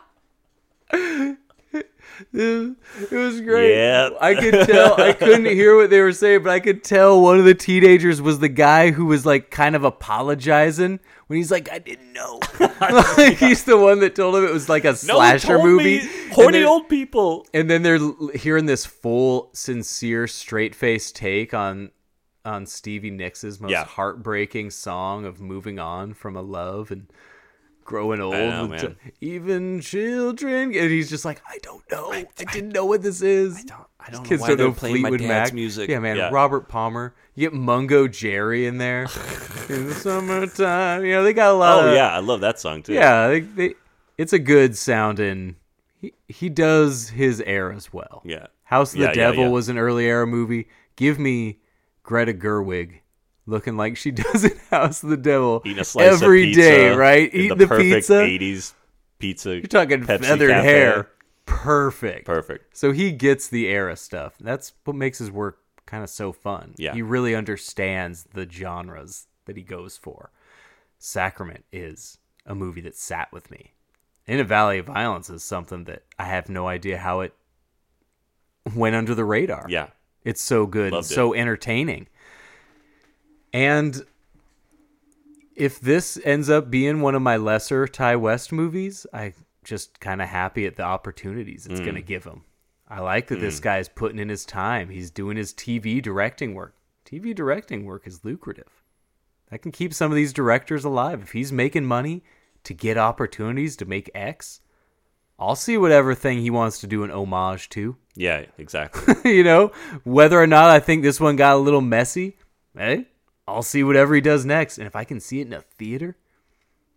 A: you." it was great.
B: Yep.
A: I could tell. I couldn't hear what they were saying, but I could tell one of the teenagers was the guy who was like kind of apologizing when he's like, "I didn't know." like, He's the one that told him it was like a
B: No one
A: slasher
B: told me.
A: movie. And
B: horny
A: then-
B: old people.
A: and then they're l- hearing this full sincere straight face take on on Stevie Nicks' most
B: Yeah.
A: heartbreaking song of moving on from a love and growing old
B: know,
A: with t-
B: man.
A: even children and he's just like I don't know I, didn't know what this is I don't
B: I don't know why they're playing my dad's music.
A: yeah man
B: Yeah.
A: Robert Palmer you get Mungo Jerry in there in the summertime you know they got a lot
B: Oh
A: of
B: yeah, I love that song too.
A: uh, yeah, they, they, it's a good sounding. He he does his air as well.
B: Yeah.
A: House of the
B: Yeah, yeah,
A: Devil
B: yeah.
A: was an early era movie. Give me Greta Gerwig looking like she does in House of the Devil every
B: eating
A: day,
B: a slice of pizza
A: right?
B: in
A: Eating
B: the,
A: the,
B: perfect
A: pizza.
B: '80s pizza.
A: You're talking
B: Pepsi
A: feathered
B: cafe.
A: hair. Perfect.
B: Perfect.
A: So he gets the era stuff. That's what makes his work kind of so fun.
B: Yeah.
A: He really understands the genres that he goes for. Sacrament is a movie that sat with me. In a Valley of Violence is something that I have no idea how it went under the radar.
B: Yeah,
A: It's so good, and
B: Loved it.
A: so entertaining. And if this ends up being one of my lesser Ty West movies, I just kind of happy at the opportunities it's
B: Mm.
A: going to give him. I like that this guy's putting in his time. He's doing his TV directing work. TV directing work is lucrative. That can keep some of these directors alive. If he's making money to get opportunities to make X, I'll see whatever thing he wants to do an homage to
B: yeah, exactly.
A: you know, whether or not I think this one got a little messy, hey, I'll see whatever he does next. And if I can see it in a theater,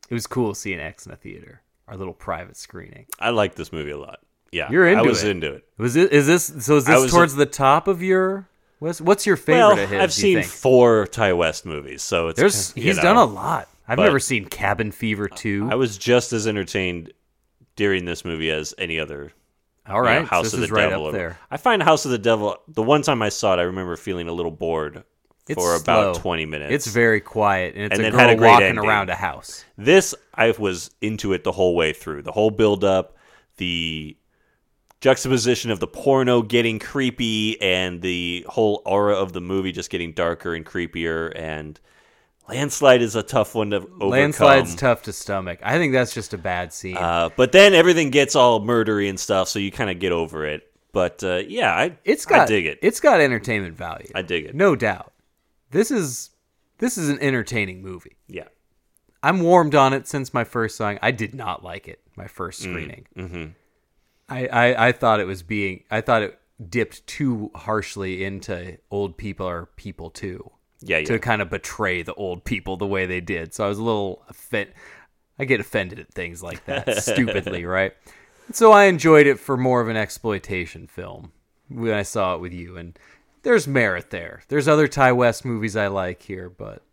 A: it was cool seeing X in a theater, our little private screening.
B: I like this movie a lot. Yeah,
A: You're into
B: I was
A: it.
B: into it.
A: Was it? Is this so? Is
B: I
A: this
B: was-
A: towards the top of your? What's, what's your favorite
B: well,
A: of his?
B: I've
A: do
B: seen
A: you think?
B: four Ty West movies, so it's
A: There's
B: you
A: he's
B: know,
A: done a lot. I've
B: but-
A: never seen Cabin Fever two.
B: I was just as entertained during this movie as any other
A: All
B: you know,
A: right, so
B: House
A: this
B: of the
A: is right
B: Devil.
A: up there.
B: I find House of the Devil. The one time I saw it, I remember feeling a little bored
A: It's
B: for about
A: slow.
B: twenty minutes.
A: It's very quiet, and it's
B: And
A: a
B: it
A: girl
B: had a great
A: walking
B: ending.
A: around a house.
B: this I was into it the whole way through. The whole build up, the juxtaposition of the porno getting creepy and the whole aura of the movie just getting darker and creepier and landslide is a tough one to overcome.
A: Landslide's tough to stomach. I think that's just a bad scene.
B: Uh, but then everything gets all murdery and stuff, so you kind of get over it. But uh, yeah, I
A: It's got
B: I dig it.
A: It's got entertainment value.
B: I dig it.
A: No doubt. This is this is an entertaining movie.
B: yeah,
A: I'm warmed on it since my first song. I did not like it my
B: Mm,
A: first screening.
B: mm-hmm.
A: I, I I thought it was being I thought it dipped too harshly into old people are people too
B: yeah, yeah.
A: to kind of betray the old people the way they did. So I was a little offend. I get offended at things like that stupidly, right? So I enjoyed it for more of an exploitation film when I saw it with you, and there's merit there. There's other Ty West movies I like here, but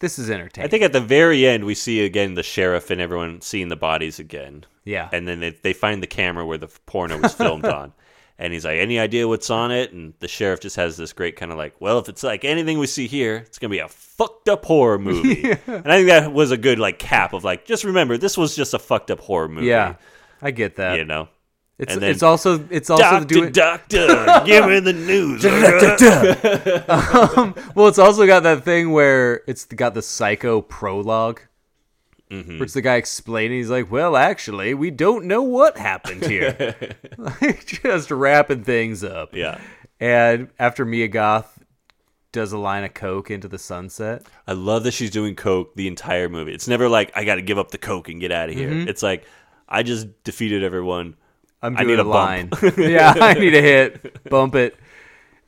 A: this is entertaining.
B: I think at the very end we see again the sheriff and everyone seeing the bodies again.
A: yeah,
B: and then they, they find the camera where the porno was filmed on and he's like any idea what's on it and the sheriff just has this great kind of like well if it's like anything we see here it's going to be a fucked up horror movie and i think that was a good like cap of like just remember this was just a fucked up horror movie
A: yeah, I get that.
B: you know
A: it's
B: and then-
A: it's also it's also
B: doctor
A: doing
B: doctor give me the news
A: Well, it's also got that thing where it's got the psycho prolog
B: Mm-hmm.
A: where it's the guy explaining. He's like, "Well, actually, we don't know what happened here." like, just wrapping things up.
B: yeah
A: And after Mia Goth does a line of coke into the sunset,
B: i love that she's doing coke the entire movie it's never like i gotta give up the coke and get out of
A: Mm-hmm.
B: here it's like i just defeated everyone
A: I'm
B: I
A: doing
B: need a
A: a, line.
B: bump.
A: yeah, I need a hit. Bump it.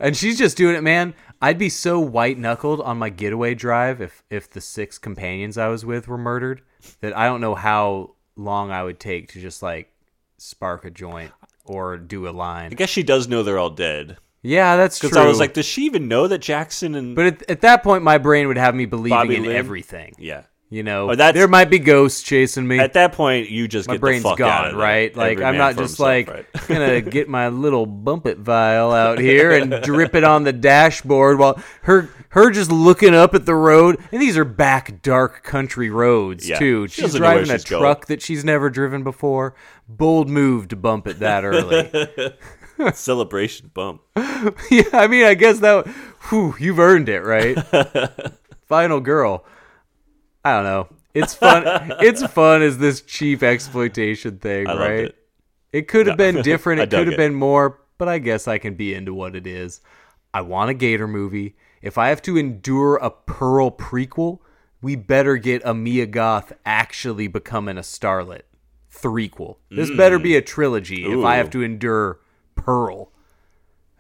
A: And she's just doing it, man. I'd be so white knuckled on my getaway drive if if the six companions I was with were murdered that I don't know how long I would take to just like spark a joint or do a
B: i
A: line.
B: guess she does know they're all dead
A: Yeah, that's true.
B: Because I was like, does she even know that Jackson and
A: but at, at that point, my brain would have me believing
B: Bobby
A: in
B: Lynn?
A: everything.
B: yeah,
A: You know,
B: Or that's-
A: there might be ghosts chasing me.
B: At that point, you just
A: my
B: get
A: brain's
B: the fuck out
A: gone,
B: of there.
A: right? Like
B: Every
A: I'm
B: man
A: not
B: for
A: just like
B: himself, right?
A: gonna get my little bump it vial out here and drip it on the dashboard while her her just looking up at the road. And these are back dark country roads
B: Yeah.
A: too.
B: She
A: She's
B: doesn't know where
A: driving a
B: she's going.
A: truck that she's never driven before. Bold move to bump it that early.
B: celebration bump.
A: yeah, I mean, I guess that. Whew, you've earned it, right? Final girl. I don't know. It's fun. it's fun as this cheap exploitation thing,
B: loved
A: right?
B: it.
A: could have
B: No.
A: been different.
B: I
A: It could
B: dug
A: have
B: it.
A: been more, but I guess I can be into what it is. I want a Gator movie. If I have to endure a Pearl prequel, we better get a Mia Goth actually becoming a starlet threequel. This better
B: Mm.
A: be a trilogy if I have to endure Pearl.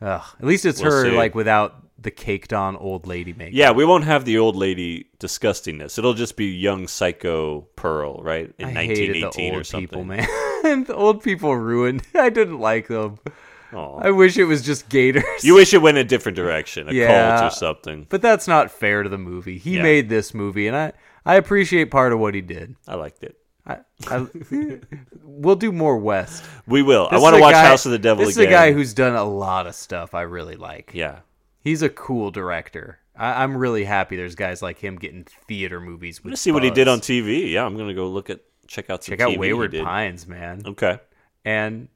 A: Ugh, at least it's
B: We'll
A: her
B: see.
A: like without the caked on old lady makeup.
B: Yeah, we won't have the old lady disgustingness. It'll just be young psycho Pearl, right? In
A: I
B: 1918
A: hated the old
B: or something.
A: people, man. the old people ruined. I didn't like them.
B: Aw.
A: I wish it was just Gators.
B: You wish it went a different direction, a
A: Yeah.
B: cult or something.
A: but that's not fair to the movie. He
B: Yeah.
A: made this movie, and I I appreciate part of what he did.
B: I liked it.
A: I, I, we'll do more West.
B: We will. I
A: This
B: want
A: is
B: to
A: a
B: watch
A: guy-
B: House of the Devil
A: This
B: again.
A: is a guy who's done a lot of stuff I really like.
B: Yeah.
A: He's a cool director. I, I'm really happy there's guys like him getting theater movies. With
B: Let's see what he did
A: buzz.
B: on TV. Yeah, I'm gonna go look at check out some
A: Check out
B: TV he
A: Wayward
B: did. Oh.
A: Pines, man.
B: Okay.
A: and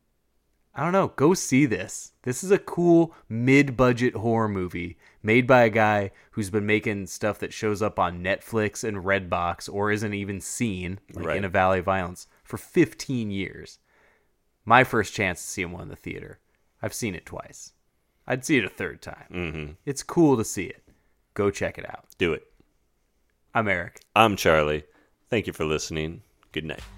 A: I don't know, go see this. This is a cool mid-budget horror movie made by a guy who's been making stuff that shows up on Netflix and Redbox or isn't even seen like
B: Right.
A: in a Valley of Violence for 15 years. My first chance to see him one in the theater. I've seen it twice. I'd see it a third time. Mm-hmm. It's cool to see it. Go check it out.
B: Do it.
A: I'm Eric.
B: I'm Charlie. Thank you for listening. Good night.